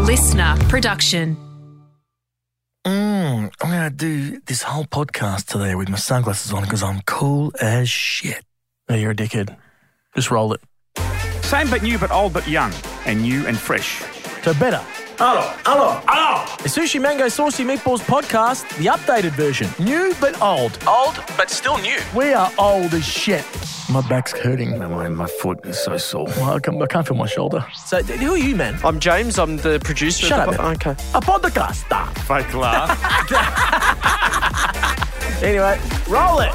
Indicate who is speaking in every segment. Speaker 1: listener production.
Speaker 2: Mm, I'm going to do this whole podcast today with my sunglasses on because I'm cool as shit. No, you're a dickhead. Just roll it.
Speaker 3: Same but new, but old but young, and new and fresh.
Speaker 2: So better.
Speaker 3: Hello, hello, hello.
Speaker 2: The Sushi Mango Saucy Meatballs podcast, the updated version. New but old.
Speaker 4: Old, but still new.
Speaker 2: We are old as shit. My back's hurting.
Speaker 5: My, my foot is so sore.
Speaker 2: Well, I, can't, I can't feel my shoulder. So, d- who are you, man?
Speaker 4: I'm James. I'm the producer.
Speaker 2: Shut
Speaker 4: of
Speaker 2: up,
Speaker 4: the
Speaker 2: man.
Speaker 4: Okay.
Speaker 2: A podcaster.
Speaker 3: Fake laugh.
Speaker 2: Anyway, roll it.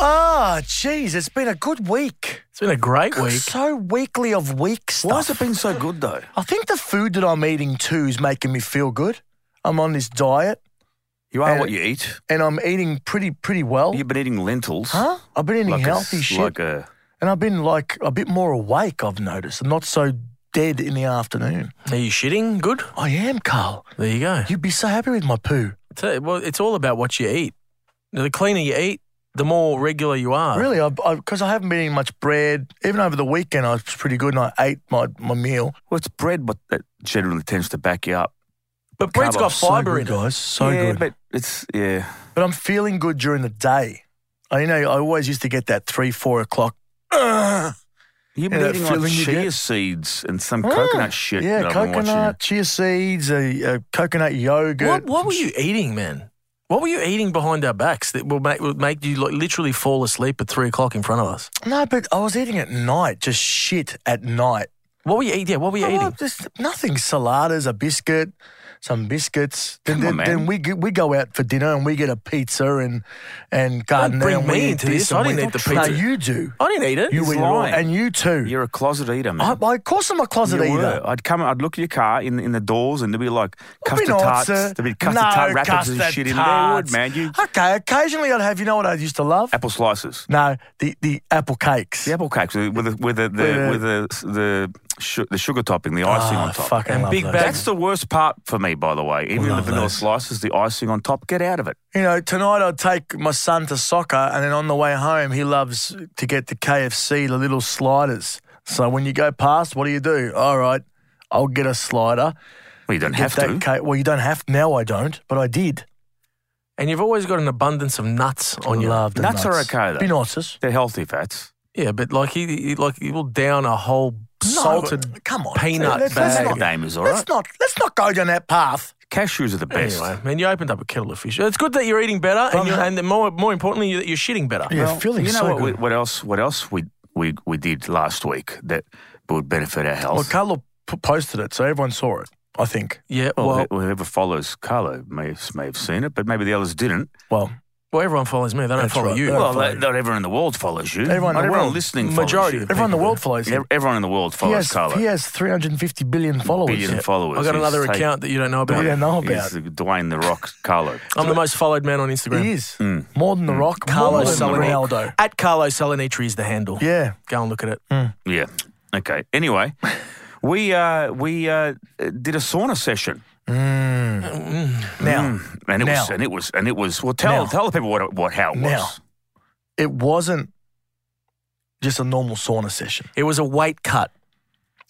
Speaker 2: Ah, jeez, it's been a good week.
Speaker 5: It's been a great week.
Speaker 2: So weekly of week stuff.
Speaker 5: Why has it been so good though?
Speaker 2: I think the food that I'm eating too is making me feel good. I'm on this diet
Speaker 5: You are
Speaker 2: And-
Speaker 5: what you eat.
Speaker 2: and I'm eating pretty pretty well.
Speaker 5: You've been eating lentils.
Speaker 2: Huh? I've been eating
Speaker 5: Like a-
Speaker 2: healthy shit,
Speaker 5: Like a,
Speaker 2: and I've been like a bit more awake. I've noticed. I'm not so dead in the afternoon.
Speaker 6: Are you shitting? Good.
Speaker 2: I am, Carl.
Speaker 6: There you go.
Speaker 2: You'd be so happy with my poo.
Speaker 6: Tell you- well, it's all about what you eat. The cleaner you eat, the more regular you
Speaker 5: Oh.
Speaker 6: are.
Speaker 2: Really, because I, haven't been eating much bread. Even over the weekend, I was pretty good, and I ate my, my meal.
Speaker 5: well, it's bread, but that generally tends to back you up.
Speaker 6: But bread's got
Speaker 2: So
Speaker 6: fibre
Speaker 2: good,
Speaker 6: in it.
Speaker 2: guys. So
Speaker 5: yeah,
Speaker 2: good.
Speaker 5: but it's yeah.
Speaker 2: But I'm feeling good during the day. I, you know, I always used to get that three, four o'clock. "Ugh."
Speaker 5: You've
Speaker 2: Yeah,
Speaker 5: been
Speaker 2: that
Speaker 5: eating like
Speaker 2: feeling you
Speaker 5: chia
Speaker 2: get.
Speaker 5: seeds and some
Speaker 2: Mm.
Speaker 5: coconut shit.
Speaker 2: Yeah,
Speaker 5: that I've been watching.
Speaker 2: coconut, chia seeds, a, a coconut yogurt.
Speaker 6: What, what were you eating, man? What were you eating behind our backs that will make, would make you like, literally fall asleep at three o'clock in front of us?
Speaker 2: No, but I was eating at night, just shit at night.
Speaker 6: What were you eating? Yeah, what were you
Speaker 2: Oh,
Speaker 6: eating?
Speaker 2: Just nothing. Saladas, a biscuit, some biscuits. Then,
Speaker 5: Come
Speaker 2: then,
Speaker 5: on, man.
Speaker 2: then we g- we go out for dinner and we get a pizza and and garden.
Speaker 6: bring
Speaker 2: and we
Speaker 6: me
Speaker 2: eat
Speaker 6: into this. I
Speaker 2: and we-
Speaker 6: didn't eat the
Speaker 2: No,
Speaker 6: pizza.
Speaker 2: you do.
Speaker 6: I didn't eat it.
Speaker 2: You
Speaker 5: He's
Speaker 2: eat it all,
Speaker 5: lying.
Speaker 2: and you too.
Speaker 5: You're a closet eater,
Speaker 2: I,
Speaker 5: man.
Speaker 2: I, of course, I'm a closet
Speaker 5: You
Speaker 2: eater.
Speaker 5: were. I'd come. I'd look at your car in in the doors, and there'd be like
Speaker 2: I've been
Speaker 5: custard
Speaker 2: on,
Speaker 5: tarts.
Speaker 2: sir.
Speaker 5: There'd be custard
Speaker 2: no,
Speaker 5: tart wrappers and
Speaker 2: custard
Speaker 5: shit
Speaker 2: tarts.
Speaker 5: in there, would, man. You
Speaker 2: Okay, occasionally I'd have. You know what I used to love?
Speaker 5: apple slices.
Speaker 2: No, the the apple cakes.
Speaker 5: The apple cakes with the with the, the,
Speaker 2: With a-
Speaker 5: with the the, su- the sugar topping, the
Speaker 2: Oh,
Speaker 5: icing on top.
Speaker 2: fuck, I
Speaker 6: And
Speaker 2: love
Speaker 6: big
Speaker 2: those.
Speaker 6: bag-
Speaker 5: That's the worst part for me, by the way. Even the
Speaker 6: love
Speaker 5: vanilla
Speaker 6: those.
Speaker 5: slices, the icing on top, get out of it.
Speaker 2: You know, tonight I'll take my son to soccer, and then on the way home, he loves to get the KFC, the little sliders. So when you go past, what do you do? All right, I'll get a slider.
Speaker 5: Well, you don't
Speaker 2: Get
Speaker 5: have
Speaker 2: that
Speaker 5: to.
Speaker 2: K- well, you don't have now. I don't, but I did.
Speaker 6: and you've always got an abundance of nuts on you.
Speaker 2: Love the
Speaker 5: Nuts
Speaker 2: nuts
Speaker 5: are okay, though.
Speaker 2: Be nice.
Speaker 5: They're healthy fats.
Speaker 6: Yeah, but like he, he like he will down a whole salted.
Speaker 2: come on,
Speaker 6: peanut
Speaker 2: let's,
Speaker 6: bag.
Speaker 2: Let's not,
Speaker 5: That name is all
Speaker 2: let's
Speaker 5: right.
Speaker 2: not. Let's not go down that path.
Speaker 5: Cashews are the best.
Speaker 6: Anyway, man, you opened up a kettle of fish. It's good that you're eating better, and, you're, and then more more importantly, that you're shitting better.
Speaker 2: Yeah, feeling
Speaker 5: you know
Speaker 2: so
Speaker 5: what, we,
Speaker 2: good.
Speaker 5: what else? What else we, we we did last week that would benefit our
Speaker 2: Well,
Speaker 5: health?
Speaker 2: Carlo p- posted it, so everyone saw it. I think.
Speaker 6: Yeah,
Speaker 5: Well,
Speaker 6: well, well,
Speaker 5: wh- whoever follows Carlo may may have seen it, but maybe the others didn't.
Speaker 2: Well,
Speaker 6: everyone follows me. They don't
Speaker 2: That's
Speaker 6: follow
Speaker 2: right.
Speaker 6: you.
Speaker 2: They don't
Speaker 5: Well,
Speaker 2: follow
Speaker 5: not-
Speaker 2: you.
Speaker 5: not everyone in the world follows you.
Speaker 2: Everyone in
Speaker 5: not
Speaker 2: the
Speaker 5: everyone
Speaker 2: world.
Speaker 5: listening
Speaker 6: Majority
Speaker 5: follows
Speaker 6: of
Speaker 5: you.
Speaker 2: everyone in the
Speaker 6: people
Speaker 2: world follows him.
Speaker 5: Ev- Everyone in the world
Speaker 2: He
Speaker 5: follows
Speaker 2: has,
Speaker 5: Carlo.
Speaker 2: he has 350 billion followers.
Speaker 5: Billion followers.
Speaker 6: I got
Speaker 5: He's
Speaker 6: another
Speaker 5: taken-
Speaker 6: account that you don't know about.
Speaker 2: We don't know
Speaker 5: He's
Speaker 2: about.
Speaker 5: Dwayne the Rock Carlo.
Speaker 6: I'm the most followed man on
Speaker 5: Mm.
Speaker 6: Instagram.
Speaker 2: He is. More than The Rock.
Speaker 6: Carlo
Speaker 2: more than
Speaker 6: Salinitri.
Speaker 2: Ronaldo.
Speaker 6: At Carlo Salinitri is the handle.
Speaker 2: Yeah. Mm.
Speaker 6: Go and look at it.
Speaker 5: Yeah. Okay. Anyway, we uh, we uh, did a sauna session,
Speaker 2: Now,
Speaker 5: Mm. and it was
Speaker 2: Mm. Now.
Speaker 5: and it was and it was. Well, tell
Speaker 2: Now.
Speaker 5: tell the people what it- what how it was.
Speaker 2: Now. it wasn't just a normal sauna session.
Speaker 6: It was a weight cut.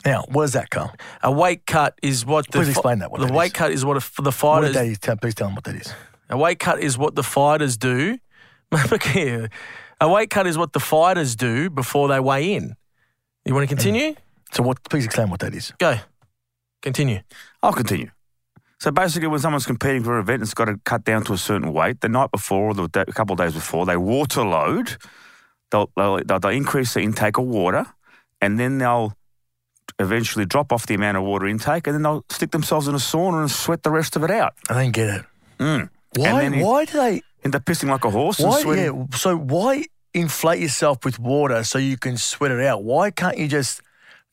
Speaker 2: Now, what does that, Carl?
Speaker 6: A weight cut is what the
Speaker 2: Please explain that, what
Speaker 6: the
Speaker 2: that
Speaker 6: weight
Speaker 2: is.
Speaker 6: cut is what a, for the
Speaker 2: What is
Speaker 6: fighters.
Speaker 2: that is? Tell- Please tell them what that is.
Speaker 6: A weight cut is what the fighters do. Yeah. a weight cut is what the fighters do before they weigh in. You want to continue?
Speaker 2: So, what? please explain what that is.
Speaker 6: Go. Continue.
Speaker 5: I'll continue. So basically, when someone's competing for an event, it's got to cut down to a certain weight. The night before, or the day, a couple of days before, they water load. They'll, they'll, they'll, they'll increase the intake of water, and then they'll eventually drop off the amount of water intake, and then they'll stick themselves in a sauna and sweat the rest of it out.
Speaker 2: I don't get it.
Speaker 5: Mm.
Speaker 2: Why,
Speaker 5: then he-
Speaker 2: why do they.
Speaker 5: And they're pissing like a horse and
Speaker 2: Why,
Speaker 5: sweating.
Speaker 2: yeah, so, why inflate yourself with water so you can sweat it out? Why can't you just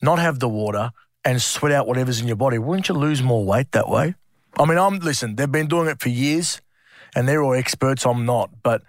Speaker 2: not have the water and sweat out whatever's in your body? Wouldn't you lose more weight that way? I mean, I'm listen. They've been doing it for years, and they're all experts. I'm not, but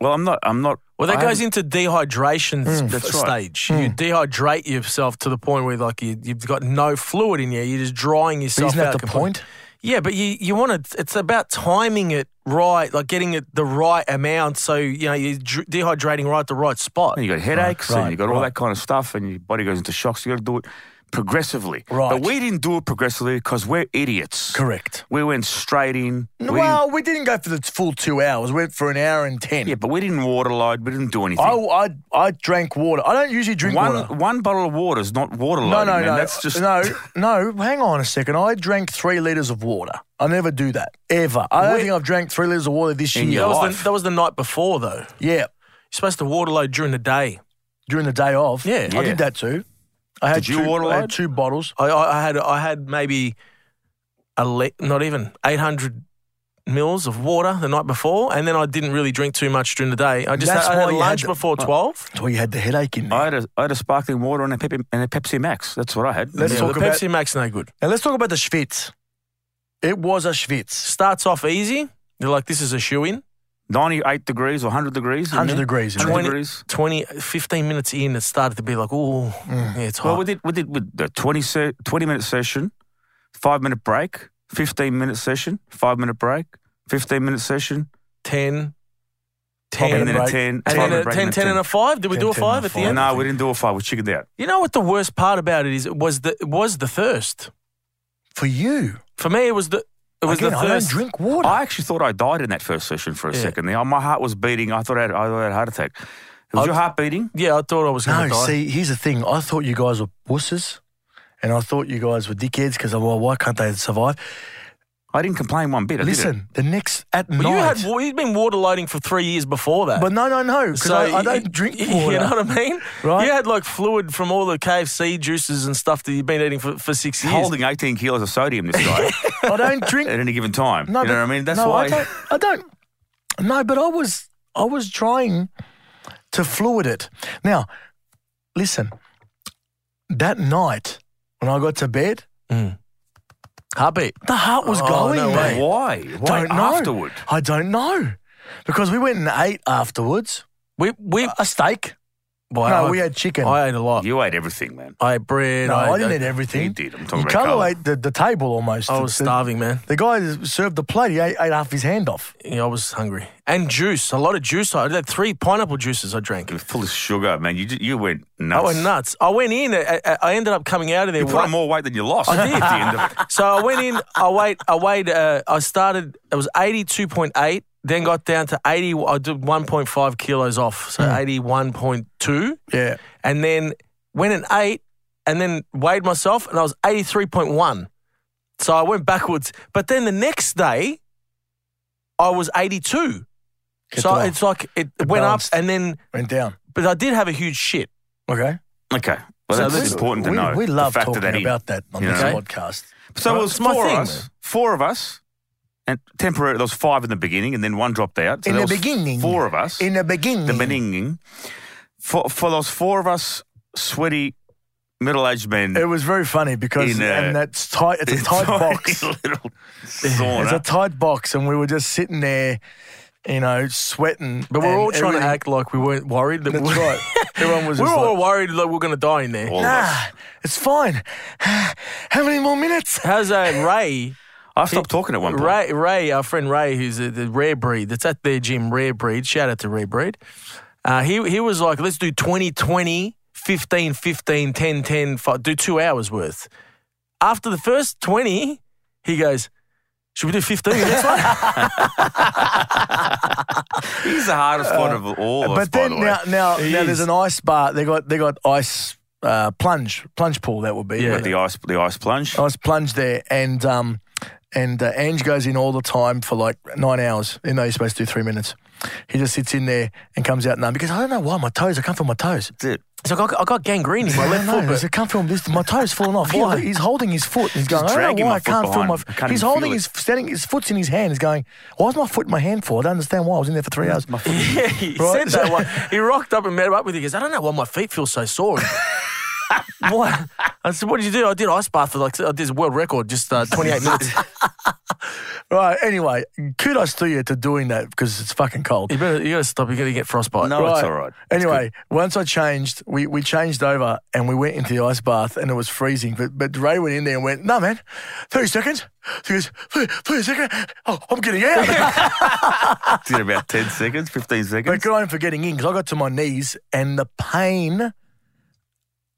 Speaker 5: Well, I'm not. I'm not.
Speaker 6: Well, that
Speaker 5: I
Speaker 6: goes
Speaker 5: haven't- Mm.
Speaker 6: into dehydration s-
Speaker 5: That's
Speaker 6: f-
Speaker 5: right. Mm.
Speaker 6: stage. You dehydrate yourself to the point where, like, you, you've got no fluid in you. You're just drying
Speaker 2: but
Speaker 6: yourself
Speaker 2: isn't that
Speaker 6: out.
Speaker 2: the
Speaker 6: completely.
Speaker 2: point?
Speaker 6: Yeah, but you, you want to, it's about timing it right, like getting it the right amount. So, you know, you're dr- dehydrating right at the right spot.
Speaker 5: And you got headaches
Speaker 2: right,
Speaker 5: and you got all
Speaker 2: right.
Speaker 5: that kind of stuff and your body goes into shocks. You got to do it progressively.
Speaker 2: Right.
Speaker 5: But we didn't do it progressively because we're idiots.
Speaker 2: Correct.
Speaker 5: We went straight in. We didn't-
Speaker 2: well, we didn't go for the full two hours. We went for an hour and ten.
Speaker 5: yeah, but we didn't waterload. We didn't do anything.
Speaker 2: I, I, I drank water. I don't usually drink
Speaker 5: one
Speaker 2: water.
Speaker 5: one bottle of water is not waterloading.
Speaker 2: No, no,
Speaker 5: man.
Speaker 2: no.
Speaker 5: That's just
Speaker 2: no, no. Hang on a second. I drank three liters of water. I never do that ever. I don't
Speaker 5: Where-
Speaker 2: think I've drank three liters of water this
Speaker 5: In
Speaker 2: year.
Speaker 5: your
Speaker 6: That was,
Speaker 5: life.
Speaker 6: the, that was the night before, though. You're
Speaker 2: Yeah,
Speaker 6: supposed to waterload during the day.
Speaker 2: during the day off.
Speaker 6: Yeah.
Speaker 2: I
Speaker 5: Yeah.
Speaker 2: did that too. I had
Speaker 5: Did you
Speaker 2: two, I
Speaker 5: waterload?
Speaker 2: had two bottles.
Speaker 6: I, I, I had I had maybe a le- not even 800 mils of water the night before, and then I didn't really drink too much during the day. I just
Speaker 2: That's
Speaker 6: had, I
Speaker 2: why
Speaker 6: had
Speaker 2: you
Speaker 6: lunch
Speaker 2: had- uh,
Speaker 6: before 12.
Speaker 2: That's why you had the headache in there.
Speaker 5: I had, a, I had a sparkling water and a, Pepsi, and a Pepsi Max. That's what I had.
Speaker 2: Let's
Speaker 6: Yeah,
Speaker 2: talk
Speaker 6: the
Speaker 2: about-
Speaker 6: Pepsi Max no good.
Speaker 2: Now let's talk about the Schwitz. It was a Schwitz.
Speaker 6: Starts off easy. You're like, this is a shoe in.
Speaker 5: 98 degrees or 100 degrees. in
Speaker 2: 100
Speaker 5: there.
Speaker 2: degrees. isn't it?
Speaker 5: 100
Speaker 6: 20
Speaker 5: degrees.
Speaker 6: 20, 15 minutes in, it started to be like, oh,
Speaker 2: Mm.
Speaker 6: yeah, it's hot.
Speaker 5: Well, we did, we did with the 20, se- 20 minute session, five minute break, 15 minute session, five minute break, 15 minute session,
Speaker 6: 10,
Speaker 5: and
Speaker 6: 10,
Speaker 5: then
Speaker 2: break.
Speaker 5: a 10,
Speaker 6: and
Speaker 5: five
Speaker 6: then
Speaker 5: minute
Speaker 6: a
Speaker 5: break
Speaker 6: 10, 10 and a 5. Did we
Speaker 2: 10,
Speaker 6: do a
Speaker 2: 10 and
Speaker 6: 5 at the
Speaker 2: five.
Speaker 6: end?
Speaker 5: No, we didn't do a five. We chickened out.
Speaker 6: You know what the worst part about it is? It was the, it was the thirst.
Speaker 2: For you.
Speaker 6: For me, it was the, it was
Speaker 2: Again,
Speaker 6: the
Speaker 2: I don't
Speaker 6: thirst.
Speaker 2: drink water.
Speaker 5: I actually thought I died in that first session for a
Speaker 6: Yeah.
Speaker 5: second there. My heart was beating. I thought I had, I thought I had a heart attack. Was
Speaker 6: I'd-
Speaker 5: your heart beating?
Speaker 6: Yeah, I thought I was
Speaker 2: no,
Speaker 6: going to die.
Speaker 2: see, here's the thing. I thought you guys were wusses and I thought you guys were dickheads because, well, why can't they survive?
Speaker 5: I didn't complain one bit. I did
Speaker 2: Listen, the next, at
Speaker 6: But you
Speaker 2: night.
Speaker 6: had wa- you'd been water loading for three years before that.
Speaker 2: but no, no, no, because I, I
Speaker 6: you-
Speaker 2: don't drink
Speaker 6: you-
Speaker 2: water.
Speaker 6: You know what I mean?
Speaker 2: Right.
Speaker 6: You had like fluid from all the KFC juices and stuff that you've been eating for, for six
Speaker 5: it.
Speaker 6: years.
Speaker 5: Holding 18 kilos of sodium, this guy,
Speaker 2: I don't drink.
Speaker 5: at any given time.
Speaker 2: No,
Speaker 5: you know
Speaker 2: but-
Speaker 5: what I mean? That's
Speaker 2: no,
Speaker 5: why.
Speaker 2: I don't, I don't. No, but I was, I was trying to fluid it. Now, listen. That night when I got to bed,
Speaker 6: Heartbeat.
Speaker 2: the heart was
Speaker 6: Oh,
Speaker 2: going,
Speaker 6: no
Speaker 2: mate.
Speaker 6: way.
Speaker 5: Why? Why
Speaker 2: Don't know.
Speaker 5: afterward?
Speaker 2: I don't know. Because we went and ate afterwards.
Speaker 6: We we
Speaker 2: A steak.
Speaker 6: boy,
Speaker 2: no,
Speaker 6: I,
Speaker 2: we had chicken.
Speaker 6: I ate a lot.
Speaker 5: You ate everything, man.
Speaker 6: I ate bread.
Speaker 2: no,
Speaker 6: I,
Speaker 2: I didn't
Speaker 6: I,
Speaker 2: eat everything.
Speaker 5: He did. I'm talking
Speaker 2: you
Speaker 5: about
Speaker 2: Carlo
Speaker 5: Carlo.
Speaker 2: ate the, the table almost.
Speaker 6: I was
Speaker 2: the,
Speaker 6: starving, man.
Speaker 2: The guy that served the plate, he ate, ate half his hand off.
Speaker 6: Yeah, I was hungry. And juice, a lot of juice. I had three pineapple juices I drank.
Speaker 5: You're full of sugar, man. You ju- you went
Speaker 6: I
Speaker 5: nuts.
Speaker 6: went nuts. I went in. I, I- I ended up coming out of there.
Speaker 5: You put
Speaker 6: wa-
Speaker 5: on more weight than you lost. I
Speaker 6: did.
Speaker 5: At the end of it.
Speaker 6: So I went in. I weighed. I weighed. Uh, I started. It was eighty two point eight. Then got down to eighty. I did one point five kilos off. So
Speaker 2: Hmm.
Speaker 6: eighty one point two.
Speaker 2: Yeah.
Speaker 6: And then went and ate, and then weighed myself, and I was eighty three point one. So I went backwards. But then the next day, I was eighty two.
Speaker 2: Get
Speaker 6: So
Speaker 2: off.
Speaker 6: it's like it,
Speaker 2: It
Speaker 6: went
Speaker 2: balanced.
Speaker 6: up, and then
Speaker 2: Went down.
Speaker 6: but I did have a huge shit.
Speaker 2: Okay.
Speaker 5: Okay. Well,
Speaker 6: So
Speaker 5: that's
Speaker 6: this-
Speaker 5: important to
Speaker 2: we,
Speaker 5: know.
Speaker 2: We
Speaker 5: to
Speaker 2: love
Speaker 5: factor
Speaker 2: talking
Speaker 5: that in.
Speaker 2: about that on
Speaker 5: You
Speaker 2: this
Speaker 6: know?
Speaker 2: podcast.
Speaker 5: So it
Speaker 6: Well,
Speaker 5: was
Speaker 6: it's my
Speaker 5: four of
Speaker 6: thing,
Speaker 5: us.
Speaker 6: man.
Speaker 5: Four of us. And temporary, there was five in the beginning, and then one dropped out. So
Speaker 2: In
Speaker 5: there
Speaker 2: the
Speaker 5: was
Speaker 2: beginning.
Speaker 5: four of us.
Speaker 2: In the beginning.
Speaker 5: the beginning. For, for those four of us, sweaty, middle-aged men
Speaker 2: It was very funny because
Speaker 5: In uh, a-
Speaker 2: and that's tight. It's a tight
Speaker 5: tiny
Speaker 2: box.
Speaker 5: little
Speaker 2: It's a
Speaker 5: sauna.
Speaker 2: tight box, and we were just sitting there, you know, sweating.
Speaker 6: But we're
Speaker 2: and
Speaker 6: all trying to
Speaker 2: everything.
Speaker 6: act like we weren't worried. That
Speaker 2: That's
Speaker 6: we,
Speaker 2: right. Everyone was
Speaker 6: we were
Speaker 2: just
Speaker 6: all
Speaker 2: like,
Speaker 6: worried that we we're going to die in there.
Speaker 5: All of us.
Speaker 2: ah, it's fine. How many more minutes?
Speaker 6: How's uh, Ray?
Speaker 5: I stopped talking at one point.
Speaker 6: Ray, Ray, our friend Ray, who's a, the rare breed that's at their gym, rare breed. Shout out to rare breed. Uh, he he was like, let's do 20, 20, 15, 15, 10, 10, fi- do two hours worth. After the first 20, he goes, should we do 15 the next one?
Speaker 5: He's the hardest one of all. of us,
Speaker 2: Uh, but
Speaker 5: by
Speaker 2: then
Speaker 5: the way.
Speaker 2: now, now,
Speaker 6: He
Speaker 2: now there's
Speaker 6: is.
Speaker 2: an ice bar. They got they got ice uh, plunge plunge pool. That would be
Speaker 6: Yeah.
Speaker 5: the ice, the ice plunge.
Speaker 2: ice plunge there, and um, and uh, Ange goes in all the time for like nine hours. You know, you're supposed to do three minutes. He just sits in there and comes out numb because I don't know why my toes. I can't feel my toes.
Speaker 5: That's it.
Speaker 6: He's like, I got, I got gangrene in my left
Speaker 2: I
Speaker 6: foot.
Speaker 2: don't know.
Speaker 6: but-
Speaker 2: I can't feel this. My toes falling off. Why? He's holding his foot. He's going. I don't
Speaker 5: dragging
Speaker 2: know why
Speaker 5: my
Speaker 2: I
Speaker 5: foot
Speaker 2: can't feel
Speaker 5: behind.
Speaker 2: my.
Speaker 5: I can't
Speaker 2: he's
Speaker 5: even
Speaker 2: holding
Speaker 5: feel
Speaker 2: his standing. His foot's in his hand. He's going. Why is my foot in my hand for? I don't understand why. I was in there for three hours.
Speaker 6: Yeah, he
Speaker 2: Right?
Speaker 6: said that one. He rocked up and met up with you. He goes, I don't know why my feet feel so sore. what? I said, what did you do? I did ice bath for like, I did a world record, just uh, 28 minutes.
Speaker 2: Right. Anyway, kudos to you to doing that because it's fucking cold.
Speaker 6: you better, you gotta stop, you're gonna get frostbite.
Speaker 5: No, it's all right. It's
Speaker 2: Anyway, once I changed, we, we changed over and we went into the ice bath and it was freezing. But but Ray went in there and went, no man, thirty seconds. He goes, "Thir- 30 seconds. Oh, I'm getting out.
Speaker 5: Did about 10 seconds, 15 seconds.
Speaker 2: but good on him for getting in because I got to my knees and the pain,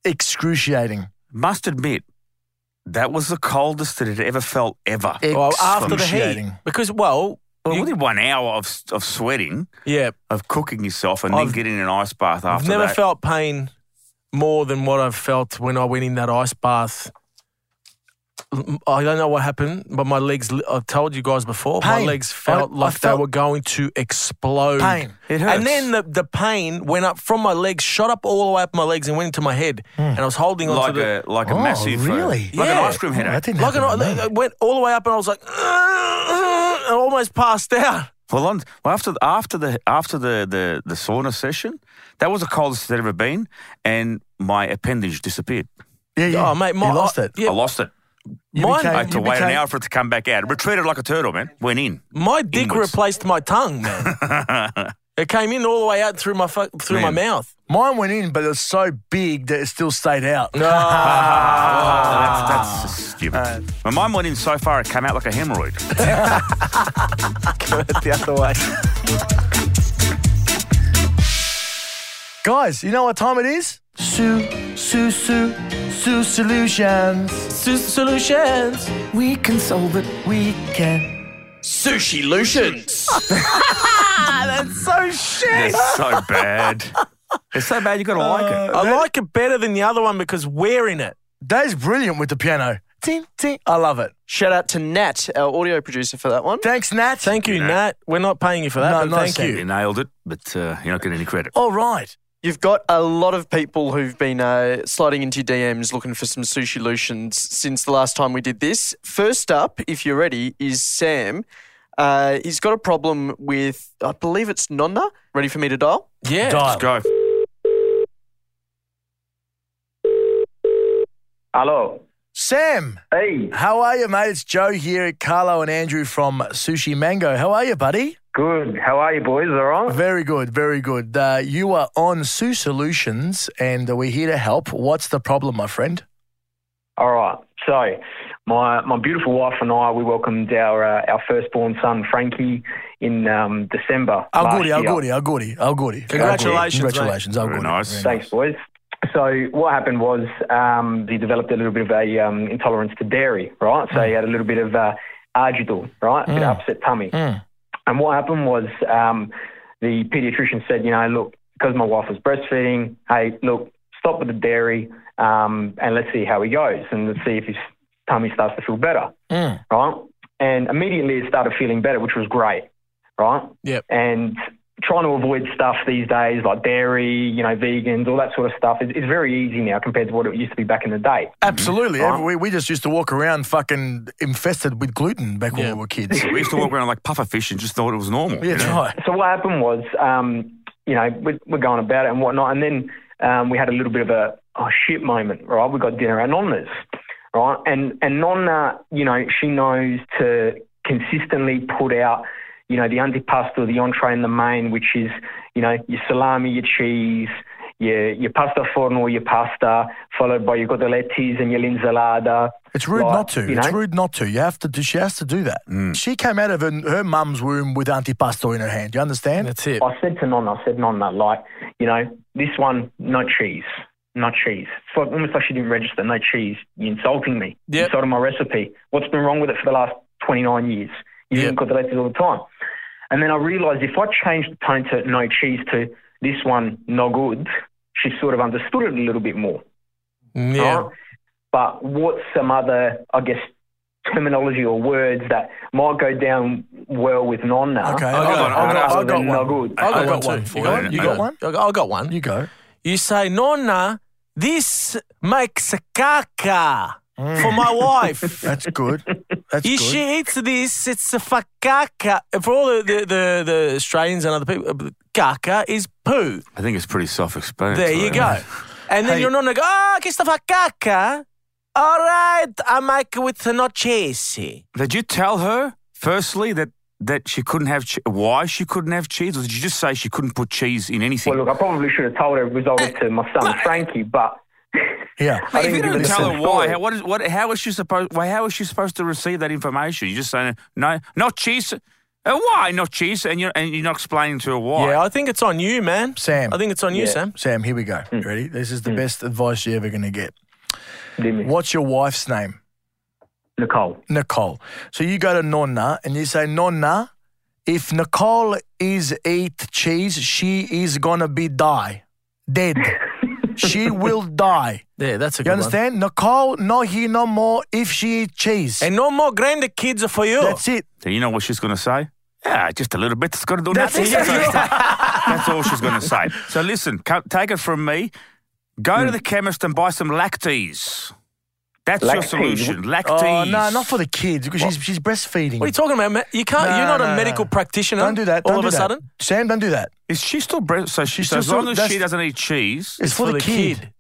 Speaker 2: excruciating.
Speaker 5: Must admit, that was the coldest that it ever felt ever.
Speaker 6: Oh, Well, after the heat.
Speaker 2: Excruciating.
Speaker 6: Because, well,
Speaker 5: Well,
Speaker 6: you-
Speaker 5: within one hour of, of sweating,
Speaker 6: yeah,
Speaker 5: of cooking yourself, and
Speaker 6: I've-
Speaker 5: then getting in an ice bath after
Speaker 6: I've never
Speaker 5: that.
Speaker 6: felt pain more than what I've felt when I went in that ice bath. M- I don't know what happened, but my legs, li- I've told you guys before, my
Speaker 2: Pain.
Speaker 6: legs felt
Speaker 2: I- I
Speaker 6: like
Speaker 2: felt-
Speaker 6: they were going to explode.
Speaker 2: Pain.
Speaker 5: It
Speaker 6: And
Speaker 5: hurts.
Speaker 6: then the, the pain went up from my legs, shot up all the way up my legs and went into my head. And I was holding on
Speaker 5: like
Speaker 6: to the.
Speaker 5: a like a
Speaker 2: Oh,
Speaker 5: massive, uh,
Speaker 2: really?
Speaker 5: like
Speaker 6: Yeah.
Speaker 5: an ice cream
Speaker 2: Oh, that
Speaker 5: headache.
Speaker 2: didn't
Speaker 6: like an,
Speaker 2: happen to me.
Speaker 6: it went all the way up and I was like, I almost passed out.
Speaker 5: Well, on, well, after after the after the, the the sauna session, that was the coldest it ever been, and my appendage disappeared.
Speaker 2: Yeah, yeah.
Speaker 6: Oh, mate, my,
Speaker 2: you lost
Speaker 6: I-
Speaker 2: it.
Speaker 6: Yeah,
Speaker 5: I lost it.
Speaker 2: You
Speaker 6: mine-
Speaker 5: I
Speaker 6: I
Speaker 5: had to
Speaker 2: you
Speaker 5: wait an
Speaker 2: became-
Speaker 5: hour for it to come back out. It retreated like a turtle, man. Went in.
Speaker 6: My dick
Speaker 5: Inwards.
Speaker 6: replaced my tongue, man. it came in all the way out through my fu- through my
Speaker 5: Man.
Speaker 6: mouth.
Speaker 2: Mine went in, but it was so big that it still stayed out.
Speaker 6: Ah.
Speaker 5: that's, that's stupid. my
Speaker 6: Uh,
Speaker 5: mum went in so far it came out like a hemorrhoid.
Speaker 2: the other way. Guys, you know what time it is? Sue, Sue, Sue, Sue Solutions.
Speaker 6: Su- solutions.
Speaker 2: We can solve it, we can.
Speaker 4: Sushi Lucians.
Speaker 2: So shit!
Speaker 5: It's so bad. It's so bad you gotta like it.
Speaker 6: I like it better than the other one because we're in it.
Speaker 2: That is brilliant with the piano. Ting, ting. I love it.
Speaker 4: Shout out to Nat, our audio producer, for that one.
Speaker 2: Thanks, Nat.
Speaker 6: Thank you, Nat. We're not paying you for that,
Speaker 2: No,
Speaker 6: but
Speaker 2: no,
Speaker 6: thank
Speaker 2: thank
Speaker 6: you. Oh,
Speaker 5: You nailed it, but uh, you're not getting any credit.
Speaker 2: All right.
Speaker 4: You've got a lot of people who've been uh, sliding into your DMs looking for some sushi lutions since the last time we did this. First up, if you're ready, is Sam. Uh, he's got a problem with, I believe it's Nonna. Ready for me to dial?
Speaker 6: Yeah.
Speaker 2: Dial.
Speaker 5: Let's go.
Speaker 1: Hello.
Speaker 2: Sam,
Speaker 1: Hey.
Speaker 2: how are you, mate? It's Joe here, Carlo and Andrew from Sushi Mango. How are you, buddy?
Speaker 1: Good. How are you, boys? All right.
Speaker 2: Very good, very good. Uh, you are on Sue Solutions, and we're here to help. What's the problem, my friend?
Speaker 1: All right. So, my my beautiful wife and I we welcomed our uh, our firstborn son Frankie in um, December. last
Speaker 2: Auguri,
Speaker 1: year.
Speaker 2: Auguri, Auguri, Auguri.
Speaker 6: Congratulations, mate.
Speaker 2: Congratulations,
Speaker 5: Very
Speaker 2: Auguri.
Speaker 5: nice.
Speaker 1: Thanks, boys. So what happened was um, he developed a little bit of a um, intolerance to dairy, right?
Speaker 5: Hmm.
Speaker 1: So he had a little bit of uh, agidol, right? A bit of upset tummy.
Speaker 5: Hmm.
Speaker 1: And what happened was um, the pediatrician said, you know, look, because my wife was breastfeeding, hey, look, stop with the dairy um, and let's see how he goes and let's see if his tummy starts to feel better,
Speaker 5: Hmm.
Speaker 1: right? And immediately it started feeling better, which was great, right?
Speaker 6: Yep.
Speaker 1: And trying to avoid stuff these days like dairy, you know, vegans, all that sort of stuff is, is very easy now compared to what it used to be back in the day.
Speaker 2: Absolutely. Every- We, we just used to walk around fucking infested with gluten back when
Speaker 6: Yeah.
Speaker 2: we were kids.
Speaker 5: We used to walk around like puffer fish and just thought it was normal.
Speaker 2: Yeah,
Speaker 5: you
Speaker 2: that's
Speaker 5: know?
Speaker 2: right.
Speaker 1: So what happened was, um, you know, we're, we're going about it and whatnot, and then um, we had a little bit of a oh shit moment, right? We got dinner at Nonna's, right? And and Nonna, you know, she knows to consistently put out, you know, the antipasto, the entree, and the main, which is, you know, your salami, your cheese. Your, your pasta forno, your pasta, followed by your cotelettes and your linsalada.
Speaker 2: It's rude
Speaker 1: Like,
Speaker 2: not to.
Speaker 1: you
Speaker 2: It's
Speaker 1: know? Mm.
Speaker 2: rude not to. You have to. do- She has to do that. She came out of her, her mum's womb with antipasto in her hand. You understand?
Speaker 6: That's it.
Speaker 1: I said to Nonna, I said, Nonna, like, you know, this one, no cheese, no cheese. It's like, almost like she didn't register, no cheese. You're insulting me. You
Speaker 6: Yep.
Speaker 1: Insulting my recipe. What's been wrong with it for the last 29 years? You
Speaker 6: Yep.
Speaker 1: didn't got the letters all the time. And then I realised if I changed the tone to no cheese to this one, no good, she sort of understood it a little bit more.
Speaker 6: Yeah.
Speaker 1: Right? But what's some other, I guess, terminology or words that might go down well with Nonna?
Speaker 2: Okay. Oh,
Speaker 6: I got one. I got-
Speaker 2: I
Speaker 1: Other
Speaker 2: got
Speaker 1: than no
Speaker 2: one.
Speaker 1: good.
Speaker 2: I
Speaker 6: I
Speaker 2: got
Speaker 6: got
Speaker 2: one
Speaker 6: one.
Speaker 2: for
Speaker 6: You
Speaker 2: you.
Speaker 6: got,
Speaker 2: You
Speaker 6: you
Speaker 2: got
Speaker 6: got
Speaker 2: one?
Speaker 6: I got, I got one.
Speaker 2: You go.
Speaker 6: You say, Nonna, this makes caca
Speaker 2: Mm.
Speaker 6: for my wife.
Speaker 2: That's good. That's
Speaker 6: You
Speaker 2: good.
Speaker 6: she eats this, it's a fakaka. For all the, the, the, the Australians and other people, uh, caca is poo.
Speaker 5: I think it's pretty self-explanatory.
Speaker 6: There you go. And then
Speaker 2: Hey.
Speaker 6: your nonna go, oh, Christopher Kaka. All right, I'm Mike with no chasey.
Speaker 5: Did you tell her firstly that that she couldn't have che- why she couldn't have cheese, or did you just say she couldn't put cheese in anything?
Speaker 1: Well, look, I probably should have told her it was over to my son Frankie, but
Speaker 2: Yeah.
Speaker 5: Hey, if
Speaker 1: didn't
Speaker 5: you
Speaker 1: give
Speaker 5: don't
Speaker 1: her the
Speaker 5: tell her
Speaker 1: full
Speaker 5: why,
Speaker 1: story.
Speaker 5: how, what is, what, how is she supposed? Why, how is she supposed to receive that information? You're just saying no, not cheese. Uh, why not cheese? And you're and you're not explaining to her why.
Speaker 6: Yeah, I think it's on you, man.
Speaker 2: Sam.
Speaker 6: I think it's on you,
Speaker 1: Yeah.
Speaker 6: Sam.
Speaker 2: Sam, here we go. You
Speaker 1: Mm.
Speaker 2: ready? This is the best advice you're ever going to get.
Speaker 1: Didn't
Speaker 2: What's your wife's name?
Speaker 1: Nicole.
Speaker 2: Nicole. So you go to Nonna and you say, Nonna, if Nicole is eat cheese, she is gonna be die. Dead. she will die.
Speaker 6: Yeah, that's a
Speaker 2: You
Speaker 6: good one.
Speaker 2: understand? Nicole, no he no more if she eat cheese.
Speaker 6: And no more grand kids are for you.
Speaker 2: That's it.
Speaker 5: Do you know what she's going to say? Yeah, just a little bit. It's got to do
Speaker 2: That's
Speaker 5: nothing.
Speaker 2: exactly
Speaker 5: That's all she's going to say. So listen, co- take it from me. Go
Speaker 2: Hmm.
Speaker 5: to the chemist and buy some lactase. That's your
Speaker 1: Lactase?
Speaker 5: solution.
Speaker 2: Oh
Speaker 5: Lactase.
Speaker 2: no, not for the kids because she's she's breastfeeding.
Speaker 6: What are you talking about, man? You can't.
Speaker 2: No,
Speaker 6: you're not
Speaker 2: no,
Speaker 6: a
Speaker 2: no.
Speaker 6: medical practitioner.
Speaker 2: Don't do that.
Speaker 6: All
Speaker 2: Don't
Speaker 6: of
Speaker 2: do
Speaker 6: a
Speaker 2: that.
Speaker 6: sudden,
Speaker 2: Sam, don't do that.
Speaker 5: Is she still breast? So she,
Speaker 2: She's
Speaker 5: so as
Speaker 2: still-
Speaker 5: long as
Speaker 2: that's-
Speaker 5: she doesn't eat cheese.
Speaker 2: It's, for, the, kid.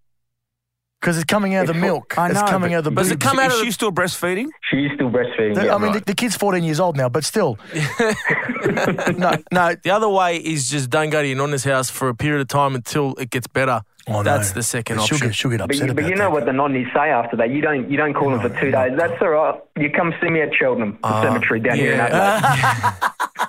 Speaker 2: Because it's coming out of the milk.
Speaker 5: I
Speaker 2: it's
Speaker 5: know,
Speaker 2: coming
Speaker 5: but-
Speaker 2: out of the
Speaker 5: but
Speaker 6: does it
Speaker 2: boobs.
Speaker 6: come out
Speaker 5: is
Speaker 6: of
Speaker 5: she
Speaker 6: the-
Speaker 5: still breastfeeding?
Speaker 1: She's still breastfeeding.
Speaker 2: The-
Speaker 1: yeah.
Speaker 2: I mean, the, the kid's 14 years old now, but still. no, no.
Speaker 6: The other way is just don't go to your nonna's house for a period of time until it gets better.
Speaker 2: Oh, no.
Speaker 6: That's the second
Speaker 2: she'll
Speaker 6: option.
Speaker 2: Get, she'll get
Speaker 1: But
Speaker 2: upset
Speaker 1: you,
Speaker 2: about
Speaker 1: but you
Speaker 2: that.
Speaker 1: know what the nonnies say after that. You don't you don't call them for two days. That's all right. You come see me at Cheltenham
Speaker 2: Ah,
Speaker 1: the Cemetery down here in
Speaker 6: yeah.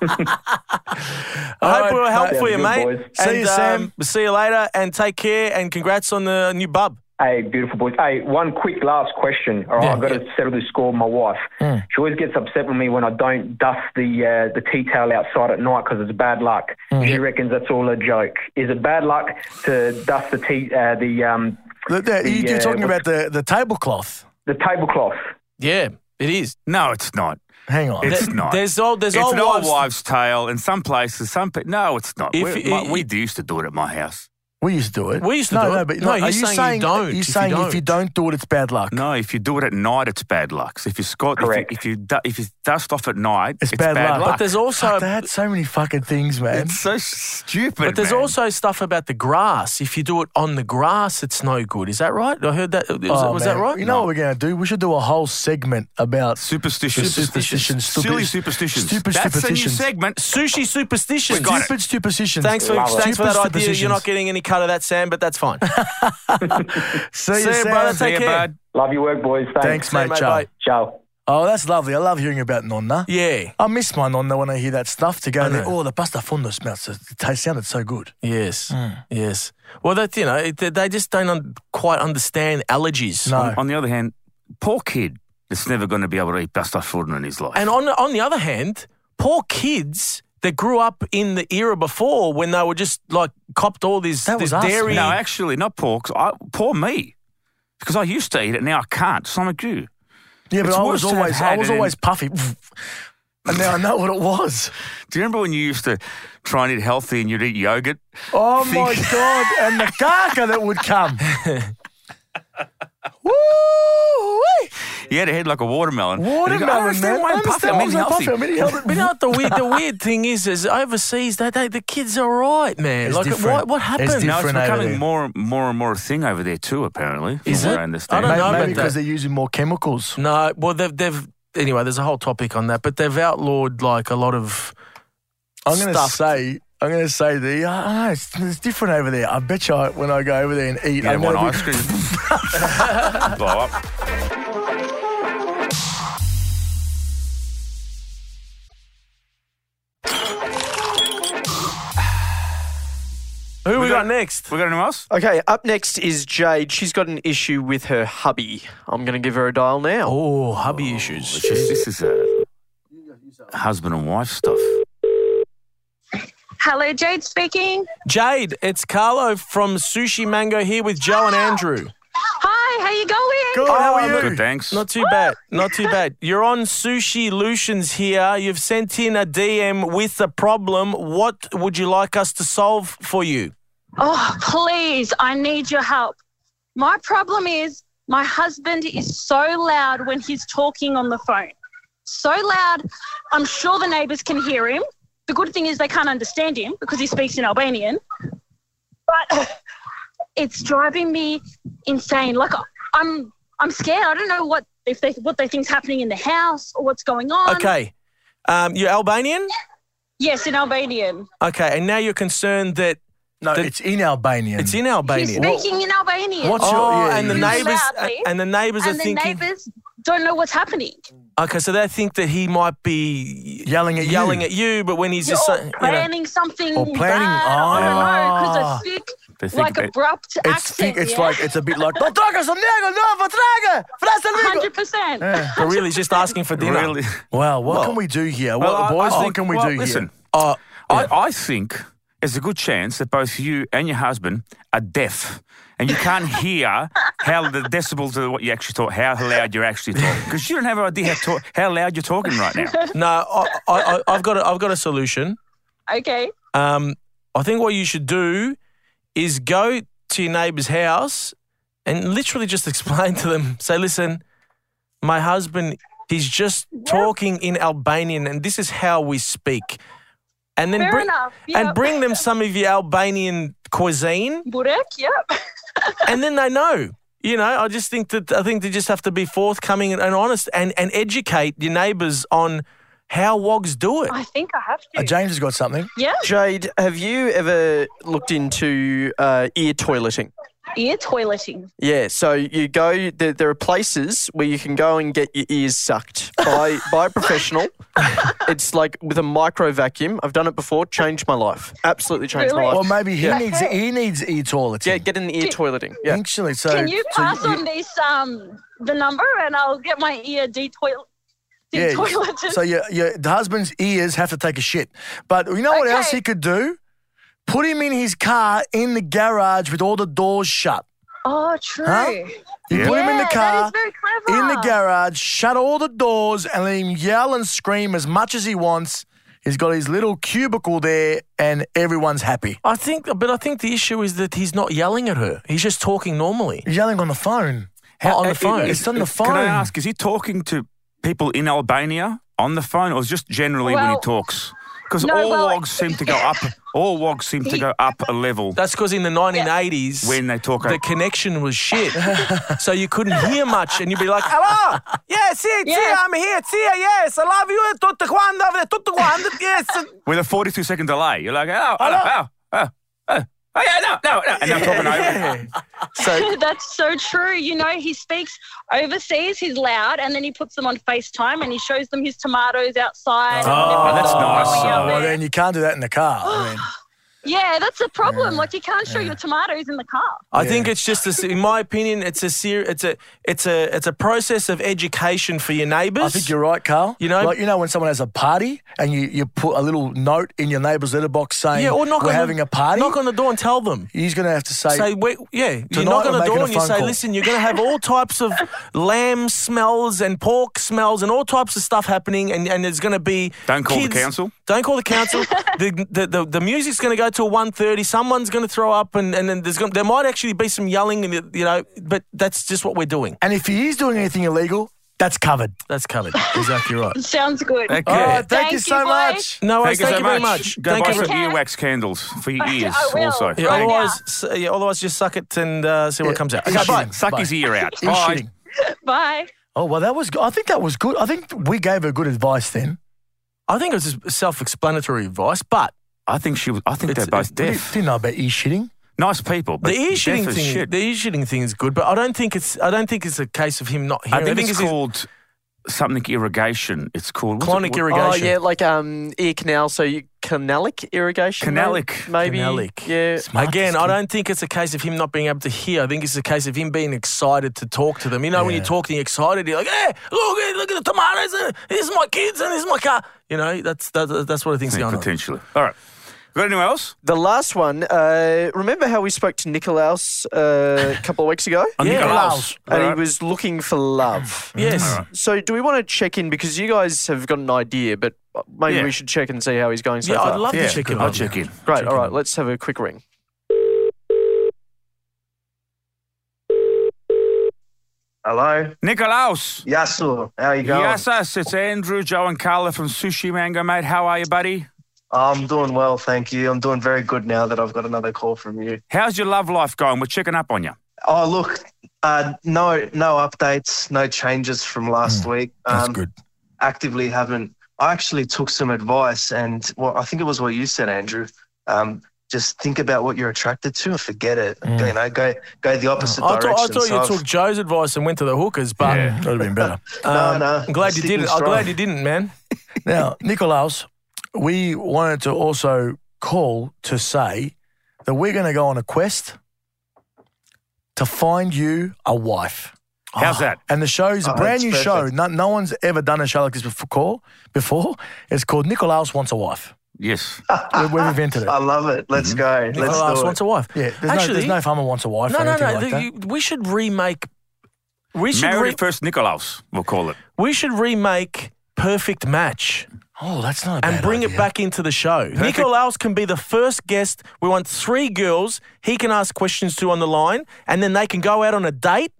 Speaker 1: Adelaide.
Speaker 6: I
Speaker 2: All
Speaker 6: hope we were
Speaker 2: right,
Speaker 6: helpful
Speaker 1: mate.
Speaker 6: for you,
Speaker 1: Sounds
Speaker 6: mate.
Speaker 1: good, boys.
Speaker 2: See
Speaker 6: and,
Speaker 2: you, Sam.
Speaker 6: um, see you later, and take care. And congrats on the new bub.
Speaker 1: Hey, beautiful boys. Hey, one quick last question. All right,
Speaker 6: Yeah,
Speaker 1: I've got to settle this score with my wife.
Speaker 2: Hmm.
Speaker 1: She always gets upset with me when I don't dust the uh, the tea towel outside at night because it's bad luck.
Speaker 2: Hmm.
Speaker 1: She reckons that's all a joke. Is it bad luck to dust the tea uh, the um,
Speaker 2: The- the- you- you're
Speaker 1: uh,
Speaker 2: talking about
Speaker 1: what's-
Speaker 2: the, the tablecloth.
Speaker 1: the tablecloth?
Speaker 6: Yeah, it is.
Speaker 5: No, it's not.
Speaker 2: Hang on.
Speaker 5: It's
Speaker 6: There-
Speaker 5: not.
Speaker 6: There's old. There's
Speaker 5: it's
Speaker 6: old
Speaker 5: an old
Speaker 6: wives.
Speaker 5: wives' tale in some places. Some pe- no, it's not.
Speaker 6: If
Speaker 5: we,
Speaker 6: it-
Speaker 5: my-
Speaker 6: it-
Speaker 5: we do used to do it at my house.
Speaker 2: we used to do it.
Speaker 6: We used to
Speaker 2: no,
Speaker 6: do
Speaker 2: no,
Speaker 6: it.
Speaker 2: But
Speaker 6: No,
Speaker 2: are
Speaker 6: he's
Speaker 2: you
Speaker 6: saying
Speaker 2: saying
Speaker 6: you don't,
Speaker 2: You're
Speaker 6: if you
Speaker 2: saying if you
Speaker 6: don't.
Speaker 2: don't do it, it's bad luck.
Speaker 5: No, if you do it at night, it's bad luck. So if you scot, if you,
Speaker 1: Correct.
Speaker 5: if you du- if you dust off at night,
Speaker 2: It's, bad, luck.
Speaker 6: But there's also
Speaker 2: Fuck, they had so many fucking things, man.
Speaker 5: It's so stupid.
Speaker 6: But there's
Speaker 5: man.
Speaker 6: also stuff about the grass. If you do it on the grass, it's no good. Is that right? I heard that. Was,
Speaker 2: Oh,
Speaker 6: was
Speaker 2: man.
Speaker 6: that right?
Speaker 2: You know what we're going to do? We should do a whole segment about
Speaker 5: superstitions,
Speaker 2: superstitions, stupid-
Speaker 5: silly superstitions.
Speaker 2: stupid
Speaker 5: That's a new
Speaker 2: superstitions.
Speaker 5: segment.
Speaker 6: Sushi superstition.
Speaker 5: got it.
Speaker 2: stupid superstitions.
Speaker 6: Thanks for
Speaker 1: Love it.
Speaker 6: thanks for that
Speaker 2: Stupid
Speaker 6: idea. You're
Speaker 2: superstitions.
Speaker 6: not getting any cut of that, Sam, but that's fine.
Speaker 2: See you,
Speaker 6: See you,
Speaker 2: Sam.
Speaker 6: brother. Take
Speaker 5: See ya,
Speaker 6: care.
Speaker 5: bud.
Speaker 1: Love your work, boys. Thanks,
Speaker 2: Thanks, mate.
Speaker 6: mate,
Speaker 2: Ciao.
Speaker 6: bye.
Speaker 1: Ciao.
Speaker 2: Oh, that's lovely. I love hearing about Nonna.
Speaker 6: Yeah.
Speaker 2: I miss my Nonna when I hear that stuff to go, there, oh, the pasta fondo smells. It tastes- sounded so good.
Speaker 6: Yes.
Speaker 2: Hmm.
Speaker 6: Yes. Well, that you know, it, they just don't un- quite understand allergies.
Speaker 2: No.
Speaker 5: On the other hand, poor kid that's never going to be able to eat pasta forno in his life.
Speaker 6: And on on the other hand, poor kids that grew up in the era before when they were just like copped all this,
Speaker 2: That
Speaker 6: this
Speaker 2: was us,
Speaker 6: dairy.
Speaker 2: man.
Speaker 5: No, actually, not poor. 'cause I, poor me. Because I used to eat it, now I can't. So I'm like you.
Speaker 2: Yeah, but
Speaker 5: It's
Speaker 2: I
Speaker 5: worse
Speaker 2: was
Speaker 5: to have
Speaker 2: always I
Speaker 5: had
Speaker 2: was
Speaker 5: it in-
Speaker 2: always puffy. And now I know what it was.
Speaker 5: Do you remember when you used to try and eat healthy and you'd eat yogurt?
Speaker 2: Oh
Speaker 5: Think-
Speaker 2: my god! And the caca that would come. Woo!
Speaker 5: You had a head like a watermelon. And you go, I
Speaker 2: Watermelon,
Speaker 5: understand
Speaker 2: man.
Speaker 5: why
Speaker 2: I
Speaker 5: I'm puffy.
Speaker 2: understand
Speaker 5: I'm
Speaker 2: why
Speaker 5: eating
Speaker 2: I'm
Speaker 5: healthy.
Speaker 2: puffy. I'm eating healthy.
Speaker 6: But you know what the weird the weird thing is is overseas they, they the kids are all right, man.
Speaker 2: It's
Speaker 6: like
Speaker 2: different.
Speaker 6: what what
Speaker 2: It's
Speaker 6: happened?
Speaker 5: No, it's
Speaker 2: Different over
Speaker 5: becoming
Speaker 2: there.
Speaker 5: more, more and more a thing over there too. Apparently, from
Speaker 6: Is
Speaker 5: what
Speaker 6: it?
Speaker 5: I understand.
Speaker 6: I don't
Speaker 2: Maybe,
Speaker 6: know about
Speaker 2: maybe because
Speaker 6: that.
Speaker 2: they're using more chemicals.
Speaker 6: No, well they've they've anyway. There's a whole topic on that, but they've outlawed like a lot of.
Speaker 2: I'm going to
Speaker 6: Stuffed.
Speaker 2: say. I'm going to say the. uh, I don't know. It's, it's different over there. I bet you I, when I go over there and eat,
Speaker 5: You
Speaker 2: I'm
Speaker 5: don't want
Speaker 2: gonna
Speaker 5: ice cream. Blow up.
Speaker 6: Who we
Speaker 5: got-
Speaker 6: got next?
Speaker 5: We got anyone else?
Speaker 4: Okay, up next is Jade. She's got an issue with her hubby. I'm going to give her a dial now.
Speaker 6: Oh, hubby issues.
Speaker 5: This, this is a husband and wife stuff.
Speaker 7: Hello, Jade speaking.
Speaker 6: Jade, it's Carlo from Sushi Mango here with Joe and Andrew.
Speaker 7: Hi, how you going?
Speaker 2: Ah, Good. how are you?
Speaker 5: Good, thanks.
Speaker 6: Not too bad. Not too bad. You're on Sushi Lutions here. You've sent in a DM with a problem. What would you like us to solve for you?
Speaker 7: Oh, please, I need your help. My problem is my husband is so loud when he's talking on the phone. So loud, I'm sure the neighbors can hear him. The good thing is they can't understand him because he speaks in Albanian. But it's driving me insane. Like I'm I'm scared. I don't know what if they what they think's happening in the house or what's going on.
Speaker 6: Oh, Okay. Um, you're Albanian?
Speaker 7: Yes, in Albanian.
Speaker 6: Okay. And now you're concerned that
Speaker 2: No,
Speaker 6: The-
Speaker 2: it's in Albanian.
Speaker 6: it's in
Speaker 7: He's
Speaker 6: Albania.
Speaker 7: speaking in Albanian.
Speaker 2: What's your-
Speaker 6: Oh,
Speaker 2: yeah,
Speaker 6: and the
Speaker 2: yeah.
Speaker 6: neighbors
Speaker 7: Loudly.
Speaker 6: and the neighbors are
Speaker 7: and the
Speaker 6: thinking
Speaker 7: neighbors don't know what's happening.
Speaker 6: Okay, so they think that he might be
Speaker 2: Yelling at you.
Speaker 6: yelling at you, but when he's
Speaker 7: You're
Speaker 6: just
Speaker 7: all
Speaker 6: saying, you know,
Speaker 7: planning something
Speaker 2: Or planning-
Speaker 7: bad. I don't
Speaker 2: Ah.
Speaker 7: know because a
Speaker 5: They
Speaker 7: thick,
Speaker 5: think
Speaker 7: like
Speaker 5: they-
Speaker 7: abrupt
Speaker 2: It's
Speaker 7: accent.
Speaker 2: thick, it's
Speaker 7: yeah?
Speaker 2: like it's a bit like "No tragas amigo, no vatraga, frasa amigo."
Speaker 7: hundred percent.
Speaker 6: but really he's just asking for dinner.
Speaker 5: Really?
Speaker 2: Wow, what can we do here? What,
Speaker 5: I-
Speaker 2: boys,
Speaker 5: I
Speaker 2: what
Speaker 5: think-
Speaker 2: can we
Speaker 5: well,
Speaker 2: do
Speaker 5: listen,
Speaker 6: Oh,
Speaker 5: I, I think there's a good chance that both you and your husband are deaf and you can't hear how the decibels are what you actually talk, how loud you're actually talking. Because you don't have an idea how, talk, how loud you're talking right now.
Speaker 6: no, I, I, I, I've got a, I've got a solution.
Speaker 7: Okay.
Speaker 6: Um, I think what you should do is go to your neighbour's house and literally just explain to them. Say, listen, my husband, he's just talking in Albanian, and this is how we speak. And then
Speaker 7: Fair
Speaker 6: bring
Speaker 7: enough.
Speaker 6: and
Speaker 7: Yep.
Speaker 6: bring them some of your Albanian cuisine.
Speaker 7: Burek, yep.
Speaker 6: and then they know. You know, I just think that I think they just have to be forthcoming and, and honest and, and educate your neighbours on how wogs do it.
Speaker 7: I think I have
Speaker 2: here? Uh,
Speaker 7: to.
Speaker 2: James has got something.
Speaker 7: yeah.
Speaker 4: Jade, have you ever looked into uh, ear toileting?
Speaker 7: Ear toileting.
Speaker 4: Yeah, so you go. There, there are places where you can go and get your ears sucked by by a professional. it's like with a micro vacuum. I've done it before. Changed my life. Absolutely changed my
Speaker 7: Really?
Speaker 4: life.
Speaker 2: Well, maybe he needs he needs e toilet.
Speaker 4: yeah, get in the ear toileting. Yeah.
Speaker 2: Actually, so
Speaker 7: Can you
Speaker 2: so
Speaker 7: pass on this um the number and I'll get my ear detoil
Speaker 2: yeah,
Speaker 7: detoileted?
Speaker 2: So your, your the husband's ears have to take a shit. But you know what
Speaker 7: Okay.
Speaker 2: else he could do? Put him in his car in the garage with all the doors shut.
Speaker 7: oh, true.
Speaker 2: Huh? You put him in the
Speaker 7: Yeah,
Speaker 2: car.
Speaker 7: That is very clever.
Speaker 2: in the garage, shut all the doors, and let him yell and scream as much as he wants. He's got his little cubicle there, and everyone's happy.
Speaker 6: I think, but I think the issue is that he's not yelling at her. He's just talking normally.
Speaker 2: He's yelling on the phone.
Speaker 6: How- on the
Speaker 5: Uh,
Speaker 6: phone.
Speaker 2: It's on the phone.
Speaker 5: Can I ask, is he talking to people in Albania on the phone or just generally when he
Speaker 7: Well-
Speaker 5: talks? Because
Speaker 7: No,
Speaker 5: all
Speaker 7: well-
Speaker 5: logs seem to go up. All logs seem to go up a level
Speaker 6: That's because in the 1980s,
Speaker 5: when they talk.
Speaker 6: the connection was shit, so you couldn't hear much, and you'd be like, "Hello, yeah, see, see,
Speaker 7: Yeah.
Speaker 6: I'm here, see, yes, I love you, tutto quanto, tutto quanto, yes."
Speaker 5: with a 42 second delay. You're like, oh, oh, oh, oh, oh, oh yeah, no, no, no. And they're talking over.
Speaker 7: That's so true. You know, he speaks overseas, he's loud, and then he puts them on FaceTime and he shows them his tomatoes outside.
Speaker 5: Oh, that's nice.
Speaker 2: Oh, well,
Speaker 7: yeah,
Speaker 2: then you can't do that in the car. I mean,
Speaker 7: yeah, that's the problem. Like, you can't show your tomatoes in the car.
Speaker 6: I think it's just, a, se- in my opinion, it's a ser- it's a it's a it's a process of education for your neighbours.
Speaker 2: I think you're right, Carl.
Speaker 6: You know-
Speaker 2: like you know when someone has a party and you, you put a little note in your neighbour's letterbox saying,
Speaker 6: yeah, or knock
Speaker 2: we're
Speaker 6: on
Speaker 2: having
Speaker 6: the,
Speaker 2: a party."
Speaker 6: Knock on the door and tell them.
Speaker 2: He's going to have to say,
Speaker 6: Say, wait, yeah, you
Speaker 2: Tonight
Speaker 6: knock
Speaker 2: I'm
Speaker 6: on the
Speaker 2: making
Speaker 6: door
Speaker 2: a
Speaker 6: and you
Speaker 2: phone
Speaker 6: say,
Speaker 2: call.
Speaker 6: listen, you're going to have all types of lamb smells and pork smells and all types of stuff happening, and, and there's going to be
Speaker 5: Don't call the
Speaker 6: kids-
Speaker 5: council.
Speaker 6: Don't call the council. the, the, the the music's going to go till 1.30. Someone's going to throw up, and, and then there's gonna, there might actually be some yelling, and you know, but that's just what we're doing.
Speaker 2: and if he is doing anything illegal, that's covered.
Speaker 6: That's covered. Exactly right.
Speaker 7: Sounds good.
Speaker 5: Okay.
Speaker 2: All right, thank,
Speaker 7: Thank
Speaker 2: you
Speaker 7: you,
Speaker 2: so
Speaker 7: boys.
Speaker 2: much.
Speaker 6: No, worries.
Speaker 5: Thank you
Speaker 6: thank
Speaker 5: so
Speaker 6: you very
Speaker 5: much.
Speaker 6: much.
Speaker 5: Go
Speaker 6: Thank
Speaker 5: buy
Speaker 6: you.
Speaker 5: some
Speaker 6: very-
Speaker 7: Okay.
Speaker 5: earwax candles for your
Speaker 7: I
Speaker 5: ears
Speaker 7: will.
Speaker 5: also.
Speaker 6: Yeah,
Speaker 7: Right
Speaker 6: otherwise, so- yeah, otherwise, just suck it and uh, see what comes out.
Speaker 2: He's
Speaker 6: Okay, bye.
Speaker 2: shitting.
Speaker 5: Suck
Speaker 2: Bye.
Speaker 5: his ear out.
Speaker 2: He's
Speaker 5: Bye.
Speaker 2: shitting.
Speaker 7: Bye.
Speaker 2: Oh well, that was. go- I think that was good. I think we gave her good advice then.
Speaker 6: I think it was just self-explanatory advice, but
Speaker 5: I think she was, I think
Speaker 6: It's-
Speaker 5: they're both
Speaker 2: We
Speaker 5: deaf.
Speaker 2: Didn't know about e shitting.
Speaker 5: Nice people, but
Speaker 6: the ear
Speaker 5: deaf
Speaker 6: shitting
Speaker 5: as
Speaker 6: thing,
Speaker 5: shit.
Speaker 6: the ear shitting thing is good, but I don't think it's I don't think it's a case of him not
Speaker 5: I
Speaker 6: hearing.
Speaker 5: think it's
Speaker 6: his-
Speaker 5: called something irrigation. It's called what's it-
Speaker 6: clonic
Speaker 5: what-
Speaker 6: irrigation.
Speaker 4: Oh yeah, like um ear canal. So you canalic irrigation. may-
Speaker 5: Canalic.
Speaker 4: maybe.
Speaker 6: Canalic.
Speaker 4: Yeah.
Speaker 6: Again, I don't think it's a case of him not being able to hear. I think it's a case of him being excited to talk to them. You know, when
Speaker 2: Yeah.
Speaker 6: you're talking excited, you're like, "Hey, look, hey, look at the tomatoes! And this is my kids, and this is my car." You know, that's that, that's what I think's
Speaker 5: Yeah,
Speaker 6: going on.
Speaker 5: potentially. All right. Got anyone else?
Speaker 4: The last one. Uh, remember how we spoke to Nikolaus uh, a couple of weeks ago,
Speaker 5: I think
Speaker 6: Yeah.
Speaker 5: I'm else.
Speaker 4: and
Speaker 5: All
Speaker 4: he
Speaker 5: right.
Speaker 4: was looking for love.
Speaker 6: Yes,
Speaker 4: So, do we want to check in because you guys have got an idea, but maybe
Speaker 5: Yeah.
Speaker 4: we should check and see how he's going so
Speaker 6: yeah,
Speaker 4: far.
Speaker 6: I'd love
Speaker 5: Yeah,
Speaker 6: to check
Speaker 5: good.
Speaker 6: it.
Speaker 5: I'll
Speaker 6: out.
Speaker 5: check in.
Speaker 4: Great. All right, let's have a quick ring.
Speaker 8: Hello?
Speaker 5: Nikolaus.
Speaker 8: Yasu, how you going?
Speaker 5: Yes, us. It's Andrew, Joe, and Carla from Sushi Mango, mate. How are you, buddy?
Speaker 8: Oh, I'm doing well, thank you. I'm doing very good now that I've got another call from you.
Speaker 5: How's your love life going? We're checking up on you.
Speaker 8: Oh, look, uh, no, no updates, no changes from last
Speaker 6: Hmm,
Speaker 8: week. Um,
Speaker 2: That's good.
Speaker 8: Actively haven't. I actually took some advice, and well, I think it was what you said, Andrew. Um, just think about what you're attracted to and forget it. You know, go go the opposite
Speaker 6: Hmm. I
Speaker 8: direction.
Speaker 6: thought, I thought
Speaker 8: So I've-
Speaker 6: you took Joe's advice and went to the hookers, but Um,
Speaker 2: That would have been better.
Speaker 8: no, no.
Speaker 6: I'm glad you did
Speaker 8: sticking
Speaker 6: it. I'm
Speaker 8: strong.
Speaker 6: glad you didn't, man.
Speaker 2: Now, Nicolaus, we wanted to also call to say that we're going to go on a quest to find you a wife.
Speaker 5: How's that?
Speaker 2: And the show's a
Speaker 8: Oh,
Speaker 2: brand
Speaker 8: that's
Speaker 2: new show.
Speaker 8: perfect.
Speaker 2: No, no one's ever done a show like this before. before. It's called Nicolaus Wants a Wife.
Speaker 5: Yes.
Speaker 8: Ah,
Speaker 2: We- We've invented it.
Speaker 8: I love it. Let's go. Let's
Speaker 6: Hmm. Nicolas
Speaker 8: do it.
Speaker 6: wants a wife.
Speaker 2: Yeah, there's, no,
Speaker 6: Actually,
Speaker 2: there's no farmer wants a wife.
Speaker 6: no,
Speaker 2: or
Speaker 6: no,
Speaker 2: anything
Speaker 6: no.
Speaker 2: Like
Speaker 6: the-
Speaker 2: that.
Speaker 6: you- we should remake. We should
Speaker 5: Married
Speaker 6: re-
Speaker 5: at first Nicolaus, we'll call it.
Speaker 6: we should remake Perfect Match
Speaker 2: oh, that's not a
Speaker 6: and
Speaker 2: bad
Speaker 6: bring it
Speaker 2: idea.
Speaker 6: back into the show. Nicolaus can be the first guest. We want three girls. He can ask questions to on the line, and then they can go out on a date,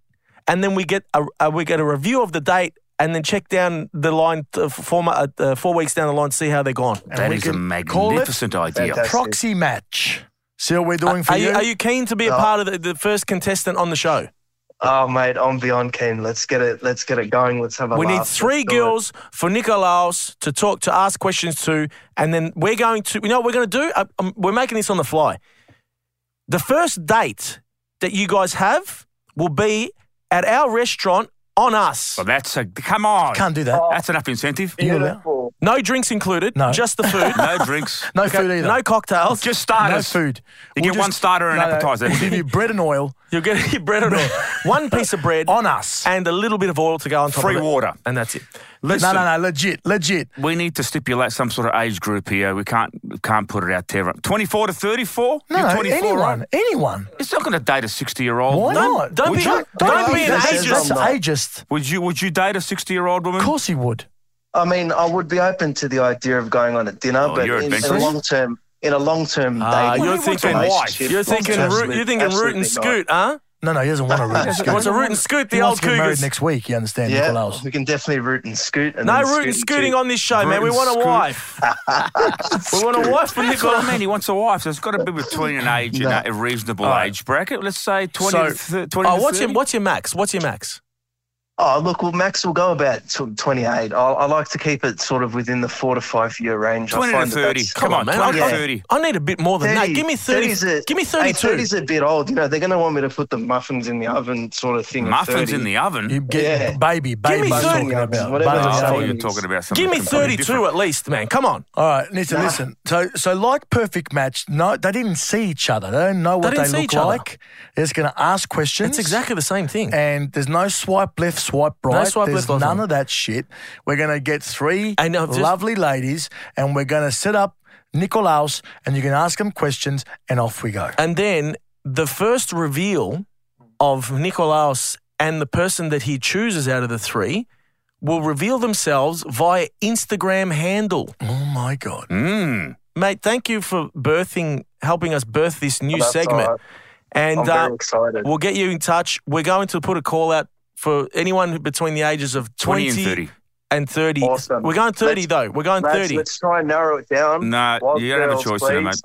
Speaker 6: and then we get a, a we get a review of the date, and then check down the line uh, four mo- uh, uh, four weeks down the line, see how they're gone.
Speaker 5: That
Speaker 2: we
Speaker 5: is a
Speaker 2: can call it
Speaker 5: magnificent idea.
Speaker 8: Fantastic.
Speaker 2: Proxy match. See what we're doing for
Speaker 6: Are you, are you keen to be a
Speaker 2: Oh.
Speaker 8: No.
Speaker 6: part of the, the first contestant on the show?
Speaker 8: Oh, mate, I'm beyond keen. Let's get it. Let's get it going. Let's have a
Speaker 6: We
Speaker 8: laugh.
Speaker 6: need
Speaker 8: Let's
Speaker 6: three
Speaker 8: do it.
Speaker 6: girls for Nicolaus to talk to, ask questions to, and then we're going to. You know what we're going to do? Uh, um, we're making this on the fly. The first date that you guys have will be at our restaurant on us.
Speaker 5: Well, that's a come on.
Speaker 2: Can't do that.
Speaker 6: Oh,
Speaker 5: That's enough incentive.
Speaker 2: You know that?
Speaker 8: Beautiful.
Speaker 6: No drinks included.
Speaker 2: No.
Speaker 6: Just the food.
Speaker 5: No drinks.
Speaker 2: No food either.
Speaker 6: no cocktails.
Speaker 5: Just
Speaker 2: no
Speaker 5: starters.
Speaker 2: food.
Speaker 5: You get one starter and an appetizer.
Speaker 2: We'll give you bread and oil
Speaker 6: You'll get your bread and oil. one piece of bread
Speaker 2: on us.
Speaker 6: and a little bit of oil to go on top
Speaker 5: Free
Speaker 6: of it.
Speaker 5: water.
Speaker 6: and that's it.
Speaker 2: no, no, no. Legit, legit.
Speaker 5: We need to stipulate some sort of age group here. We can't we can't put it out there. 24 to 34?
Speaker 2: No,
Speaker 5: You're
Speaker 2: no,
Speaker 5: 24,
Speaker 2: anyone,
Speaker 5: right?
Speaker 2: anyone.
Speaker 5: It's not going to date a 60 year old.
Speaker 2: Why not?
Speaker 6: don't
Speaker 2: Would
Speaker 6: be-
Speaker 2: you-
Speaker 6: don't be an
Speaker 2: that's-
Speaker 8: ageist.
Speaker 2: That's ageist.
Speaker 5: Would you would you date a 60 year old woman?
Speaker 2: Of course he would.
Speaker 8: I mean, I would be open to the idea of going on a dinner,
Speaker 5: Oh,
Speaker 8: but
Speaker 5: you're
Speaker 8: in, in a
Speaker 5: adventurous.
Speaker 8: long term, in a long term
Speaker 6: Ah,
Speaker 8: dating
Speaker 6: you're thinking
Speaker 5: wife.
Speaker 8: relationship,
Speaker 6: You're thinking, root,
Speaker 8: absolutely-
Speaker 6: you're thinking root and
Speaker 8: absolutely not.
Speaker 6: scoot, huh?
Speaker 2: No, no, he doesn't want to root and scoot.
Speaker 6: What's a root and scoot? The
Speaker 2: he
Speaker 6: old
Speaker 2: wants to get married
Speaker 6: cougars.
Speaker 2: next week. You understand,
Speaker 8: Yeah,
Speaker 2: Nicolaus?
Speaker 8: we can definitely root and scoot. And
Speaker 6: No
Speaker 8: then
Speaker 6: rooting,
Speaker 8: scoot
Speaker 6: scooting
Speaker 8: and
Speaker 6: on this show, man. We
Speaker 5: Rooting,
Speaker 6: want a
Speaker 5: scoot.
Speaker 6: wife. we want a wife
Speaker 5: That's
Speaker 6: for
Speaker 5: what I
Speaker 6: Nicola.
Speaker 5: mean. He wants a wife, so it's got to be between an age
Speaker 8: No.
Speaker 5: and a reasonable age bracket. Let's say 20
Speaker 6: So-
Speaker 5: to thir- 20
Speaker 6: Oh,
Speaker 5: to
Speaker 6: what's your
Speaker 5: 30.
Speaker 6: what's your max? What's your max?
Speaker 8: Oh, look, well, Max will go about tw- 28. I, I like to keep it sort of within the four to five year range. I
Speaker 5: 20 to
Speaker 8: find that
Speaker 5: 30.
Speaker 8: that's-
Speaker 5: Come on,
Speaker 6: man.
Speaker 5: 20
Speaker 6: I,
Speaker 5: to
Speaker 6: I-
Speaker 5: 30.
Speaker 6: I need a bit more than
Speaker 8: 30,
Speaker 6: that. Give me thirty.
Speaker 8: 30's a,
Speaker 6: give me
Speaker 8: hey,
Speaker 6: thirty-two.
Speaker 8: 30's a bit old. You know, they're going to want me to put the muffins in the oven sort of thing. at
Speaker 5: Muffins
Speaker 8: 30.
Speaker 5: in the oven.
Speaker 2: You get
Speaker 8: Yeah.
Speaker 2: baby, baby.
Speaker 6: me
Speaker 2: I'm
Speaker 6: thirty.
Speaker 2: talking about.
Speaker 8: Whatever
Speaker 2: Baby,
Speaker 8: the
Speaker 5: I
Speaker 2: I'm
Speaker 5: thought
Speaker 2: talking
Speaker 5: you were
Speaker 8: Muffins.
Speaker 5: talking about something.
Speaker 6: give me
Speaker 5: completely
Speaker 6: thirty-two
Speaker 5: different.
Speaker 6: at least, man. Come on.
Speaker 2: All right, listen, listen. So, so like perfect match. No, they didn't see each other. They don't know what
Speaker 6: didn't
Speaker 2: they,
Speaker 6: see
Speaker 2: look
Speaker 6: each other.
Speaker 2: like. They're just going to ask questions.
Speaker 6: It's exactly the same thing.
Speaker 2: And there's no swipe left, swipe right.
Speaker 6: swipe
Speaker 2: there's
Speaker 6: left, swipe
Speaker 2: none
Speaker 6: right.
Speaker 2: of that shit. We're going to get three
Speaker 6: I know, just-
Speaker 2: lovely ladies, and we're going to set up Nicolaus, and you can ask him questions, and off we go.
Speaker 6: And then the first reveal of Nicolaus and the person that he chooses out of the three will reveal themselves via Instagram handle.
Speaker 2: Oh my god!
Speaker 5: Mm.
Speaker 6: Mate, thank you for birthing, helping us birth this new
Speaker 8: That's
Speaker 6: segment.
Speaker 8: all right.
Speaker 6: And
Speaker 8: I'm
Speaker 6: uh,
Speaker 8: very excited.
Speaker 6: we'll get you in touch. We're going to put a call out for anyone who- between the ages of
Speaker 5: 20
Speaker 6: 20,
Speaker 5: and 30.
Speaker 6: and 30.
Speaker 8: Awesome.
Speaker 6: We're going 30,
Speaker 8: Let's-
Speaker 6: though. We're going
Speaker 8: Lads,
Speaker 6: 30.
Speaker 8: Let's try and narrow it down.
Speaker 5: No,
Speaker 8: Wild
Speaker 5: you don't have a
Speaker 8: girls,
Speaker 5: choice there, mate.
Speaker 8: please.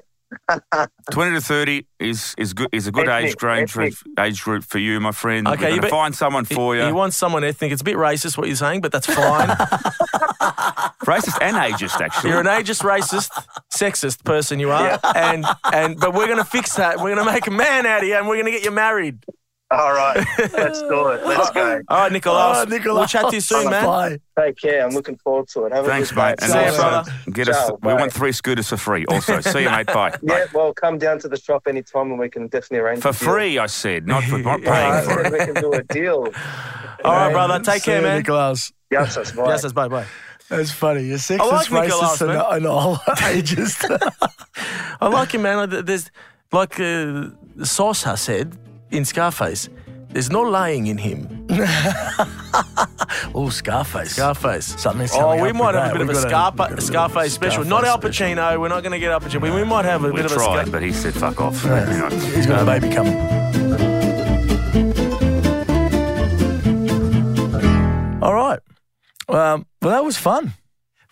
Speaker 5: 20 to 30 is, is good is a good
Speaker 8: Ethnic,
Speaker 5: age range for,
Speaker 8: ethnic.
Speaker 5: age group for you, my friend.
Speaker 6: Okay,
Speaker 5: We're
Speaker 6: you
Speaker 5: gonna
Speaker 6: bet-
Speaker 5: find someone for you.
Speaker 6: You want someone ethnic. It's a bit racist what you're saying, but that's fine.
Speaker 5: Racist and ageist, actually.
Speaker 6: You're an ageist, racist, sexist person you are, and and but we're gonna fix that. We're gonna make a man out of you, and we're gonna get you married.
Speaker 8: All right, let's do it. Let's go.
Speaker 6: All right, Nicolas.
Speaker 2: Oh,
Speaker 6: We'll chat to you soon, man.
Speaker 2: Bye.
Speaker 8: Take care. I'm looking forward to it. Have
Speaker 5: Thanks,
Speaker 8: a good
Speaker 5: mate.
Speaker 8: night.
Speaker 5: And
Speaker 6: See ya,
Speaker 5: also,
Speaker 6: brother.
Speaker 5: get us.
Speaker 8: Ciao,
Speaker 5: we
Speaker 8: bye.
Speaker 5: want three scooters for free. Also, see you, mate. Bye. Bye.
Speaker 8: Yeah, well, come down to the shop anytime and we can definitely arrange
Speaker 5: For
Speaker 8: a deal.
Speaker 5: free, I said, not for not
Speaker 8: I
Speaker 5: paying for
Speaker 8: said
Speaker 5: it.
Speaker 8: we can do a deal.
Speaker 6: All right, brother. Take care, man.
Speaker 2: Nicholas.
Speaker 8: Yes, that's right.
Speaker 6: Yes, bye bye.
Speaker 2: That's funny. You're sexist,
Speaker 6: like Nicolas,
Speaker 2: racist, and,
Speaker 6: man.
Speaker 2: and all ageist.
Speaker 6: I like him, man. Like, th- There's like uh, Sosa said in Scarface. There's no lying in him.
Speaker 2: oh, Scarface.
Speaker 6: Scarface.
Speaker 2: Something's
Speaker 6: Oh,
Speaker 2: coming
Speaker 6: we
Speaker 2: up
Speaker 6: might
Speaker 2: with
Speaker 6: have a
Speaker 2: that.
Speaker 6: bit of a
Speaker 2: We've got a- we've got a
Speaker 6: Scarpa,
Speaker 2: little
Speaker 6: Scarface special. Not Al
Speaker 2: Scarface
Speaker 6: Pacino. We're not going to get Al Pacino. We, we might have a
Speaker 5: We
Speaker 6: bit of a Scar-
Speaker 5: tried, but he said, "Fuck off." Hang on.
Speaker 2: He's got a baby coming. All right. Um, well, that was fun.
Speaker 5: This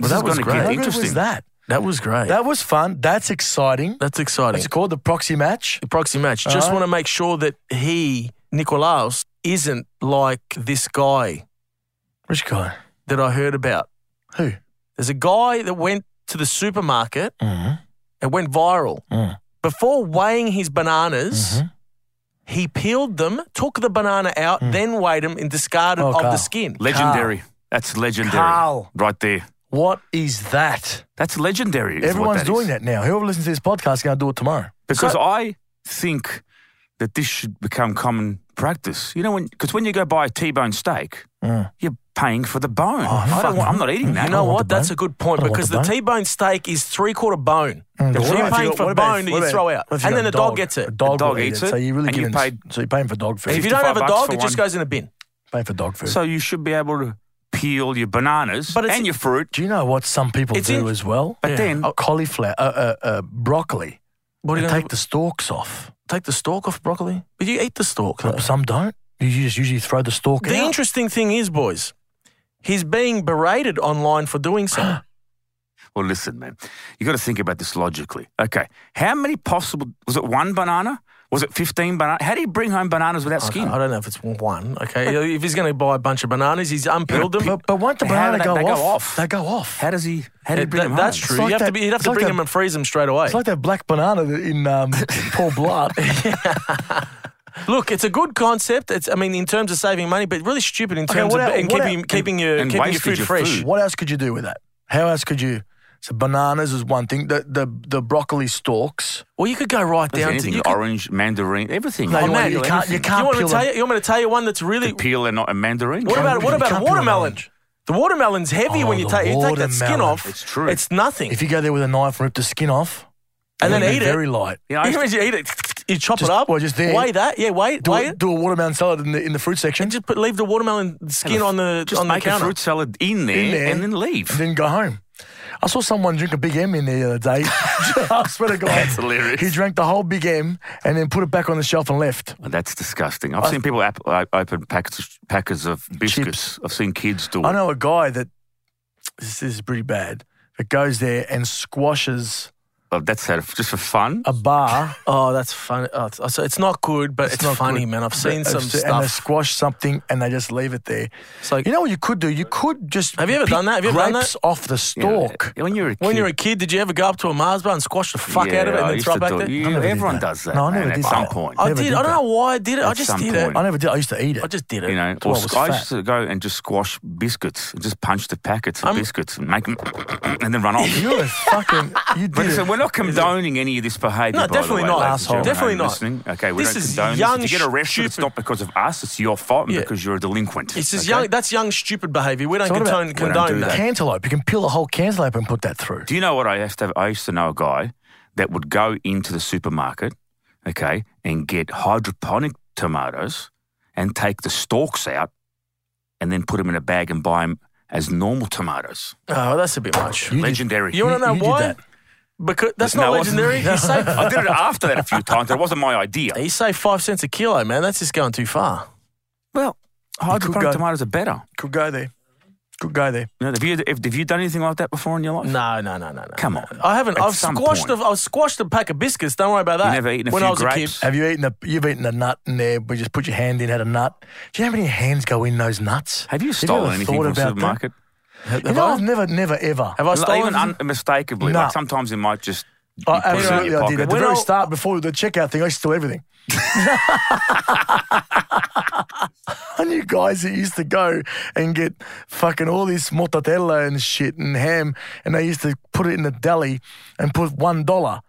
Speaker 2: Well,
Speaker 5: is
Speaker 2: that was
Speaker 5: gonna
Speaker 2: great.
Speaker 5: get
Speaker 2: How good
Speaker 5: interesting.
Speaker 2: was that?
Speaker 6: That was great.
Speaker 2: That was fun. That's exciting.
Speaker 6: That's exciting.
Speaker 2: What's it called? The proxy match?
Speaker 6: the proxy match. Just
Speaker 2: Alright.
Speaker 6: want to make sure that he, Nikolaos, isn't like this guy
Speaker 2: Which guy?
Speaker 6: that I heard about.
Speaker 2: Who?
Speaker 6: There's a guy that went to the supermarket
Speaker 2: Mhm.
Speaker 6: and went viral.
Speaker 2: Mm. Mm-hmm.
Speaker 6: Before weighing his bananas, he peeled them, took the banana out, then weighed them and discarded
Speaker 2: Mm. Oh,
Speaker 6: of the
Speaker 2: Carl.
Speaker 6: skin.
Speaker 5: Legendary. That's legendary.
Speaker 2: Carl.
Speaker 5: Right there.
Speaker 2: What is that?
Speaker 5: That's legendary. is what
Speaker 2: Everyone's
Speaker 5: that
Speaker 2: doing
Speaker 5: is.
Speaker 2: that now. Whoever listens to this podcast is going to do it tomorrow.
Speaker 5: Because I think that this should become common practice. You know, when because when you go buy a T-bone steak, you're paying for the bone. I
Speaker 2: fuck
Speaker 5: don't want, I'm
Speaker 2: no.
Speaker 5: not eating that.
Speaker 6: Oh, You know
Speaker 2: want
Speaker 6: what?
Speaker 2: the
Speaker 6: That's
Speaker 2: bone.
Speaker 6: a good point
Speaker 2: I don't want
Speaker 6: because
Speaker 2: the
Speaker 6: the
Speaker 2: bone.
Speaker 6: T-bone steak is three quarter bone.
Speaker 2: but
Speaker 6: So
Speaker 2: what
Speaker 6: you're
Speaker 2: about if
Speaker 6: paying
Speaker 2: you-
Speaker 6: for
Speaker 2: what about
Speaker 6: bone
Speaker 2: if-
Speaker 6: that
Speaker 2: what
Speaker 6: you
Speaker 2: about-
Speaker 6: throw out,
Speaker 2: what if
Speaker 6: and
Speaker 2: you
Speaker 6: then the
Speaker 2: got a
Speaker 6: dog gets it.
Speaker 2: A dog,
Speaker 5: dog
Speaker 2: will eat
Speaker 5: eats
Speaker 2: it.
Speaker 5: it,
Speaker 2: So you're really
Speaker 5: and you
Speaker 2: giving.
Speaker 5: paid-
Speaker 2: so you're paying for dog food.
Speaker 6: If you don't have a
Speaker 5: 55 bucks
Speaker 6: dog,
Speaker 5: for
Speaker 6: it just
Speaker 5: one.
Speaker 6: goes in a bin.
Speaker 2: paying for dog food.
Speaker 5: So you should be able to peel your bananas
Speaker 6: But it's-
Speaker 5: and your fruit.
Speaker 2: do you know what some people
Speaker 6: It's
Speaker 2: do
Speaker 6: in-
Speaker 2: as well?
Speaker 5: But then-
Speaker 2: Oh, cauliflower, uh, uh, uh, broccoli.
Speaker 6: What
Speaker 2: They
Speaker 6: do you
Speaker 2: take the stalks off.
Speaker 6: take the stalk off broccoli? But you eat the stalk. though.
Speaker 2: Some don't. You just usually throw the stalk
Speaker 6: The
Speaker 2: out.
Speaker 6: interesting thing is, boys, he's being berated online for doing so.
Speaker 5: Well, listen, man, you got to think about this logically. Okay, how many possible? Was it one banana? Was it fifteen banana? How do you bring home bananas without
Speaker 6: I
Speaker 5: skin?
Speaker 6: don't I don't know if it's one. Okay, if he's going to buy a bunch of bananas, he's unpeeled them.
Speaker 2: but, but won't the
Speaker 5: How
Speaker 2: banana
Speaker 5: do they-
Speaker 2: go,
Speaker 5: they go
Speaker 2: off?
Speaker 5: off?
Speaker 2: They go off.
Speaker 5: How does he? How do
Speaker 6: Yeah,
Speaker 5: you bring
Speaker 6: that-
Speaker 5: them
Speaker 6: that's
Speaker 5: home?
Speaker 6: true.
Speaker 2: It's like
Speaker 6: you have to
Speaker 2: that-
Speaker 6: be, you'd have
Speaker 2: it's
Speaker 6: to
Speaker 2: like
Speaker 6: bring
Speaker 2: that-
Speaker 6: them and freeze them straight away.
Speaker 2: It's like that black banana that in um, Paul Blart.
Speaker 6: Look, it's a good concept. It's, I mean, in terms of saving money, but really stupid in terms
Speaker 2: what
Speaker 6: of
Speaker 2: el-
Speaker 6: and
Speaker 2: what
Speaker 6: keeping
Speaker 2: el-
Speaker 6: keeping your
Speaker 5: and
Speaker 6: keeping your
Speaker 5: wasted
Speaker 6: food
Speaker 5: your
Speaker 6: fresh.
Speaker 5: food.
Speaker 2: what else could you do with that? How else could you? So bananas is one thing. The the, the broccoli stalks.
Speaker 6: Well, you could go right
Speaker 5: Does
Speaker 6: down to
Speaker 5: anything,
Speaker 6: you. Could,
Speaker 5: orange, mandarin, everything.
Speaker 2: No,
Speaker 6: oh,
Speaker 2: you
Speaker 6: man,
Speaker 2: want- you can't- you can't
Speaker 6: You want
Speaker 2: peel
Speaker 6: me to tell
Speaker 2: them.
Speaker 6: you? You want me to tell you one that's really.
Speaker 2: Oh,
Speaker 5: peel and not a mandarin.
Speaker 6: What about what
Speaker 2: you
Speaker 6: about
Speaker 2: can't
Speaker 6: a
Speaker 2: peel an
Speaker 6: watermelon?
Speaker 2: orange.
Speaker 6: The watermelon's heavy
Speaker 2: Oh,
Speaker 6: when you
Speaker 2: the
Speaker 6: take you take that skin
Speaker 2: watermelon.
Speaker 6: off.
Speaker 5: It's true.
Speaker 6: It's nothing.
Speaker 2: If you go there with a knife and rip the skin off,
Speaker 6: And then
Speaker 2: it'll be
Speaker 6: eat it.
Speaker 2: very light.
Speaker 5: You know, I used
Speaker 6: Even
Speaker 5: to-
Speaker 6: if you eat it, you chop
Speaker 2: Just-
Speaker 6: it up.
Speaker 2: well, just there.
Speaker 6: Weigh that. Yeah, weigh,
Speaker 2: Do,
Speaker 6: weigh
Speaker 2: a,
Speaker 6: it.
Speaker 2: do a watermelon salad in the in the fruit section,
Speaker 6: And just put, leave the watermelon skin
Speaker 5: Have a-
Speaker 6: on the
Speaker 5: just
Speaker 6: on the
Speaker 5: make a
Speaker 6: counter.
Speaker 5: fruit salad in there,
Speaker 2: In there.
Speaker 5: and then leave.
Speaker 2: and then go home. I saw someone drink a big M in there the other day. I swear to God,
Speaker 5: That's hilarious.
Speaker 2: He drank the whole big M and then put it back on the shelf and left.
Speaker 5: Well, that's disgusting. I've seen people ap- o- open packets, packets of biscuits. I've seen kids do
Speaker 2: I
Speaker 5: it.
Speaker 2: know a guy that this is pretty bad. That goes there and squashes
Speaker 5: Oh, that's out of, just for fun.
Speaker 2: a bar.
Speaker 6: Oh, that's funny. Oh, it's, so it's not good, but it's,
Speaker 2: not
Speaker 6: funny,
Speaker 2: good.
Speaker 6: man. I've seen some
Speaker 2: and
Speaker 6: stuff.
Speaker 2: they squash something and they just leave it there.
Speaker 6: It's like-
Speaker 2: you know what you could do? You could just
Speaker 6: Have you ever
Speaker 2: pick
Speaker 6: done that? Have you ever done
Speaker 2: grapes
Speaker 6: that?
Speaker 2: off the
Speaker 5: You know, uh,
Speaker 2: stalk?
Speaker 5: when you're a kid.
Speaker 6: when you were a kid, did you ever go up to a Mars bar and squash the fuck out of it
Speaker 5: Yeah,
Speaker 6: and
Speaker 5: I
Speaker 6: then
Speaker 5: used
Speaker 6: throw it
Speaker 5: to
Speaker 6: back
Speaker 5: do
Speaker 6: there?
Speaker 5: it. You-
Speaker 2: I never did
Speaker 5: everyone
Speaker 2: that.
Speaker 5: does that.
Speaker 2: No, I
Speaker 5: man,
Speaker 2: never
Speaker 5: at
Speaker 2: did
Speaker 5: some
Speaker 2: that.
Speaker 5: point.
Speaker 6: I
Speaker 2: Never
Speaker 6: did.
Speaker 2: did
Speaker 6: I don't
Speaker 2: that.
Speaker 6: know why I did it. I
Speaker 5: At
Speaker 6: just
Speaker 5: some
Speaker 6: did it.
Speaker 5: point.
Speaker 2: I never did. I used to eat it.
Speaker 6: I just did it.
Speaker 5: You know,
Speaker 2: That's
Speaker 5: or
Speaker 2: why I was
Speaker 5: squ- I used
Speaker 2: fat.
Speaker 5: to go and just squash biscuits and just punch the packets of
Speaker 6: I'm-
Speaker 5: biscuits and make them and then run off.
Speaker 2: You're a fucking. You did
Speaker 5: But
Speaker 2: it.
Speaker 5: listen, we're not condoning any of this behaviour. by
Speaker 6: No,
Speaker 5: the
Speaker 6: definitely
Speaker 5: way,
Speaker 6: not,
Speaker 5: ladies and
Speaker 2: asshole.
Speaker 5: gentlemen,
Speaker 6: Definitely not.
Speaker 5: Listening. Okay, we
Speaker 6: This
Speaker 5: don't
Speaker 6: is
Speaker 5: condone
Speaker 6: young,
Speaker 5: this. If you get arrested, it's
Speaker 6: stupid-
Speaker 5: not because of us. It's your fault and
Speaker 6: Yeah.
Speaker 5: because you're a delinquent.
Speaker 6: It's just
Speaker 5: okay?
Speaker 6: young. That's young, stupid behaviour. We don't
Speaker 2: So what about-
Speaker 6: condone,
Speaker 5: We don't
Speaker 6: condone
Speaker 5: do
Speaker 6: that.
Speaker 5: that.
Speaker 2: cantaloupe. You can peel a whole cantaloupe and put that through.
Speaker 5: Do you know what I used to have? I used to know a guy that would go into the supermarket, okay, and get hydroponic tomatoes and take the stalks out and then put them in a bag and buy them as normal tomatoes.
Speaker 6: Oh, that's a bit much.
Speaker 2: You did-
Speaker 5: Legendary.
Speaker 6: You want to know
Speaker 2: you did
Speaker 6: why?
Speaker 2: that.
Speaker 6: Because that's
Speaker 5: No,
Speaker 6: not
Speaker 5: I wasn't.
Speaker 6: legendary. You saved
Speaker 5: I did it after that a few times. That wasn't my idea.
Speaker 6: You say five cents a kilo, man. That's just going too far.
Speaker 5: Well, hydroponic
Speaker 2: go-
Speaker 5: tomatoes are better.
Speaker 2: Could go there. Could go there.
Speaker 5: You know, have, you, have, have you done anything like that before in your life?
Speaker 6: No, no, no, no, no.
Speaker 5: Come on.
Speaker 6: I haven't.
Speaker 5: At
Speaker 6: I've
Speaker 5: some
Speaker 6: squashed. A,
Speaker 5: point.
Speaker 6: I've squashed a pack of biscuits. Don't worry about that.
Speaker 5: You never eaten a
Speaker 6: when
Speaker 5: few
Speaker 6: I was
Speaker 5: grapes?
Speaker 6: a kid.
Speaker 2: Have you eaten a? You've eaten a nut in there, but you just put your hand in, had a nut. Do you know how many hands go in those nuts?
Speaker 5: Have you
Speaker 2: ever
Speaker 5: stolen anything
Speaker 2: thought
Speaker 5: from the
Speaker 2: about that?
Speaker 5: supermarket?
Speaker 6: Have,
Speaker 2: You
Speaker 6: have
Speaker 2: know,
Speaker 6: I?
Speaker 2: I've never, never, ever.
Speaker 6: Have I
Speaker 5: Like,
Speaker 6: stolen?
Speaker 5: Even
Speaker 6: anything?
Speaker 5: unmistakably.
Speaker 2: No.
Speaker 5: Like sometimes it might just. you
Speaker 2: I
Speaker 5: put it in your
Speaker 2: Uh, absolutely, I did.
Speaker 5: pocket.
Speaker 2: At the
Speaker 6: When
Speaker 2: very
Speaker 6: I-
Speaker 2: start, before the checkout thing, I stole everything. I knew guys that used to go and get fucking all this mortadella and shit and ham, and they used to put it in the deli and put one dollar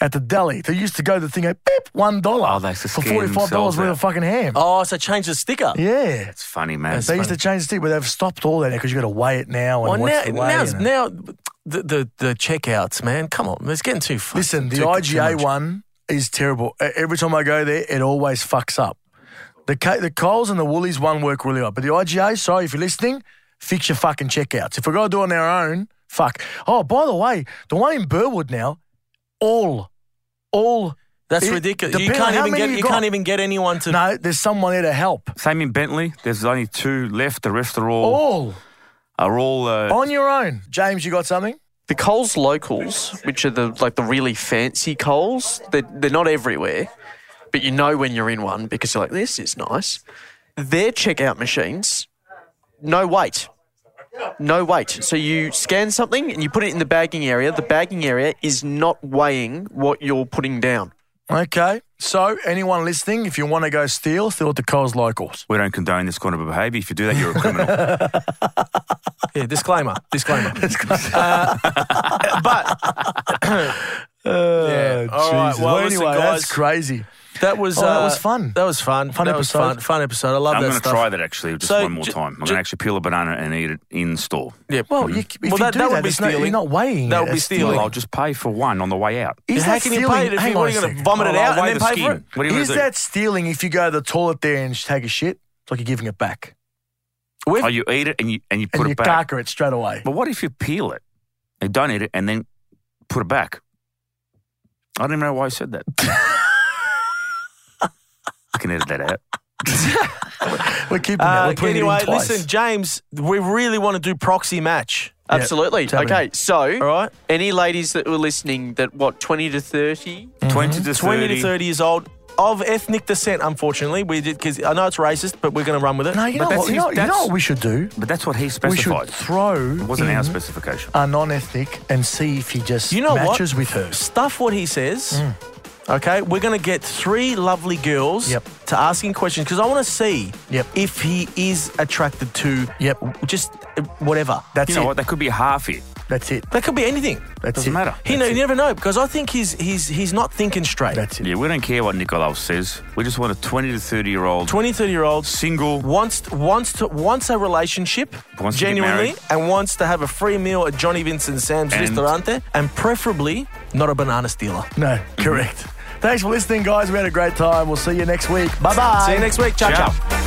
Speaker 2: at the deli. They used to go to the thing, go, beep, one dollar
Speaker 5: Oh, they used to
Speaker 2: for
Speaker 5: scare
Speaker 2: forty-five dollars
Speaker 5: themselves
Speaker 2: worth
Speaker 5: out.
Speaker 2: of fucking ham.
Speaker 6: oh, so change the sticker.
Speaker 2: Yeah,
Speaker 5: It's funny, man.
Speaker 2: they used to change the stick, but they've stopped all that now because you got to weigh it now.
Speaker 6: Well,
Speaker 2: And what's
Speaker 6: Oh,
Speaker 2: the
Speaker 6: now, now,
Speaker 2: weigh and-
Speaker 6: now, the, the the checkouts, man. Come on, it's getting too. fu-
Speaker 2: Listen, the
Speaker 6: too- too
Speaker 2: IGA
Speaker 6: much.
Speaker 2: one is terrible. E- Every time I go there, it always fucks up. The K- the Coles and the Woolies one work really well, but the IGA, sorry if you're listening, fix your fucking checkouts. If we got to do it on our own, fuck. Oh, by the way, the one in Burwood now, all, all.
Speaker 6: That's
Speaker 2: it-
Speaker 6: ridiculous. You
Speaker 2: depending on
Speaker 6: can't
Speaker 2: how
Speaker 6: even
Speaker 2: many
Speaker 6: get.
Speaker 2: you
Speaker 6: You,
Speaker 2: got.
Speaker 6: can't even get anyone to.
Speaker 2: No, there's someone there to help.
Speaker 5: Same in Bentley. There's only two left. The rest are all
Speaker 2: All Oh.
Speaker 5: are all. Uh,
Speaker 2: on your own. James, you got something?
Speaker 4: The Coles locals, which are the like the really fancy Coles, they're, they're not everywhere, but you know when you're in one because you're like, this is nice. Their checkout machines, no wait. No wait. So you scan something and you put it in the bagging area. The bagging area is not weighing what you're putting down.
Speaker 2: Okay. So, anyone listening, if you want to go steal, steal at the Coles locals.
Speaker 5: We don't condone this kind of behaviour. If you do that, you're a criminal.
Speaker 6: Yeah, disclaimer. Disclaimer. Uh, but Yeah, all right.
Speaker 2: Oh, Jesus.
Speaker 6: Well,
Speaker 2: Well,
Speaker 6: listen,
Speaker 2: anyway,
Speaker 6: guys.
Speaker 2: that's crazy.
Speaker 6: that was
Speaker 2: Oh,
Speaker 6: uh,
Speaker 2: that was fun.
Speaker 6: That was fun.
Speaker 2: Fun
Speaker 6: That was
Speaker 2: episode.
Speaker 6: Fun, fun episode. I love
Speaker 5: I'm
Speaker 6: that
Speaker 5: going to
Speaker 6: stuff.
Speaker 5: try that actually just
Speaker 6: So,
Speaker 5: one more
Speaker 6: ju-
Speaker 5: time. I'm
Speaker 6: ju-
Speaker 5: going to actually peel a banana and eat it in store.
Speaker 6: Yeah.
Speaker 2: Well, you, if you do that,
Speaker 6: would be
Speaker 2: there's no- you're
Speaker 6: stealing.
Speaker 2: not weighing
Speaker 6: That
Speaker 2: it.
Speaker 6: would be
Speaker 2: That's
Speaker 6: stealing.
Speaker 5: Well, I'll just pay for one on the way out.
Speaker 2: Is
Speaker 6: How
Speaker 2: that
Speaker 6: can you
Speaker 2: stealing?
Speaker 6: pay it if
Speaker 2: Hang
Speaker 6: you
Speaker 2: on
Speaker 6: are
Speaker 2: a
Speaker 6: going to
Speaker 2: second.
Speaker 6: vomit it
Speaker 5: I'll
Speaker 6: out
Speaker 5: weigh
Speaker 6: and
Speaker 5: the
Speaker 6: then pay
Speaker 5: skin.
Speaker 6: for it?
Speaker 5: What are you
Speaker 2: Is
Speaker 5: gonna do?
Speaker 2: that stealing if you go to the toilet there and take a shit? It's like you're giving it back.
Speaker 5: Oh, you eat it and you and you put
Speaker 2: and you
Speaker 5: it back.
Speaker 2: carker it straight away.
Speaker 5: But what if you peel it and don't eat it and then put it back? I don't even know why I said that. I can edit that out.
Speaker 6: Mm-hmm.
Speaker 2: We're keeping
Speaker 6: Uh,
Speaker 2: it. We're putting
Speaker 6: anyway,
Speaker 2: it in twice.
Speaker 6: listen, James, we really want to do proxy match. Uh,
Speaker 4: Absolutely.
Speaker 2: happening.
Speaker 4: okay. So,
Speaker 6: All right.
Speaker 4: any ladies that were listening that what 20 to 30
Speaker 5: 20 to 30.
Speaker 6: 20 to 30 years old. Of ethnic descent, unfortunately, we did because I know it's racist, but we're going to run with it.
Speaker 2: No, you know,
Speaker 5: that's
Speaker 2: what, you,
Speaker 5: his-
Speaker 2: know, you know
Speaker 5: that's-
Speaker 2: what we should do?
Speaker 5: But that's what he
Speaker 2: We should
Speaker 5: specified.
Speaker 2: throw
Speaker 5: It wasn't our
Speaker 2: in
Speaker 5: specification.
Speaker 2: a non-ethnic and see if he just
Speaker 6: You know what?
Speaker 2: matches with her.
Speaker 6: stuff what he says.
Speaker 2: Mm.
Speaker 6: Okay, we're going to get three lovely girls
Speaker 2: Yep.
Speaker 6: to ask him questions because I want to see
Speaker 2: Yep.
Speaker 6: if he is attracted to
Speaker 2: Yep.
Speaker 6: just uh, whatever.
Speaker 2: That's
Speaker 5: You know
Speaker 2: it.
Speaker 5: what? That could be a half it.
Speaker 2: That's it.
Speaker 6: That could be anything.
Speaker 2: That's
Speaker 5: Doesn't
Speaker 2: it.
Speaker 5: matter.
Speaker 6: He know, you never know because I think he's he's he's not thinking straight.
Speaker 2: That's it.
Speaker 5: Yeah, we don't care what Nicolau says. We just want a 20 to 30 year old
Speaker 6: 20, 30 year olds
Speaker 5: single.
Speaker 6: wants to, wants to wants a relationship
Speaker 5: Wants to get
Speaker 6: genuinely
Speaker 5: married.
Speaker 6: and wants to have a free meal at Johnny Vincent Sam's
Speaker 5: And-
Speaker 6: Ristorante and preferably not a banana stealer.
Speaker 2: No, correct. Thanks for listening, guys. We had a great time. We'll see you next week. Bye bye.
Speaker 6: See you next week. Ciao ciao.
Speaker 5: Ciao.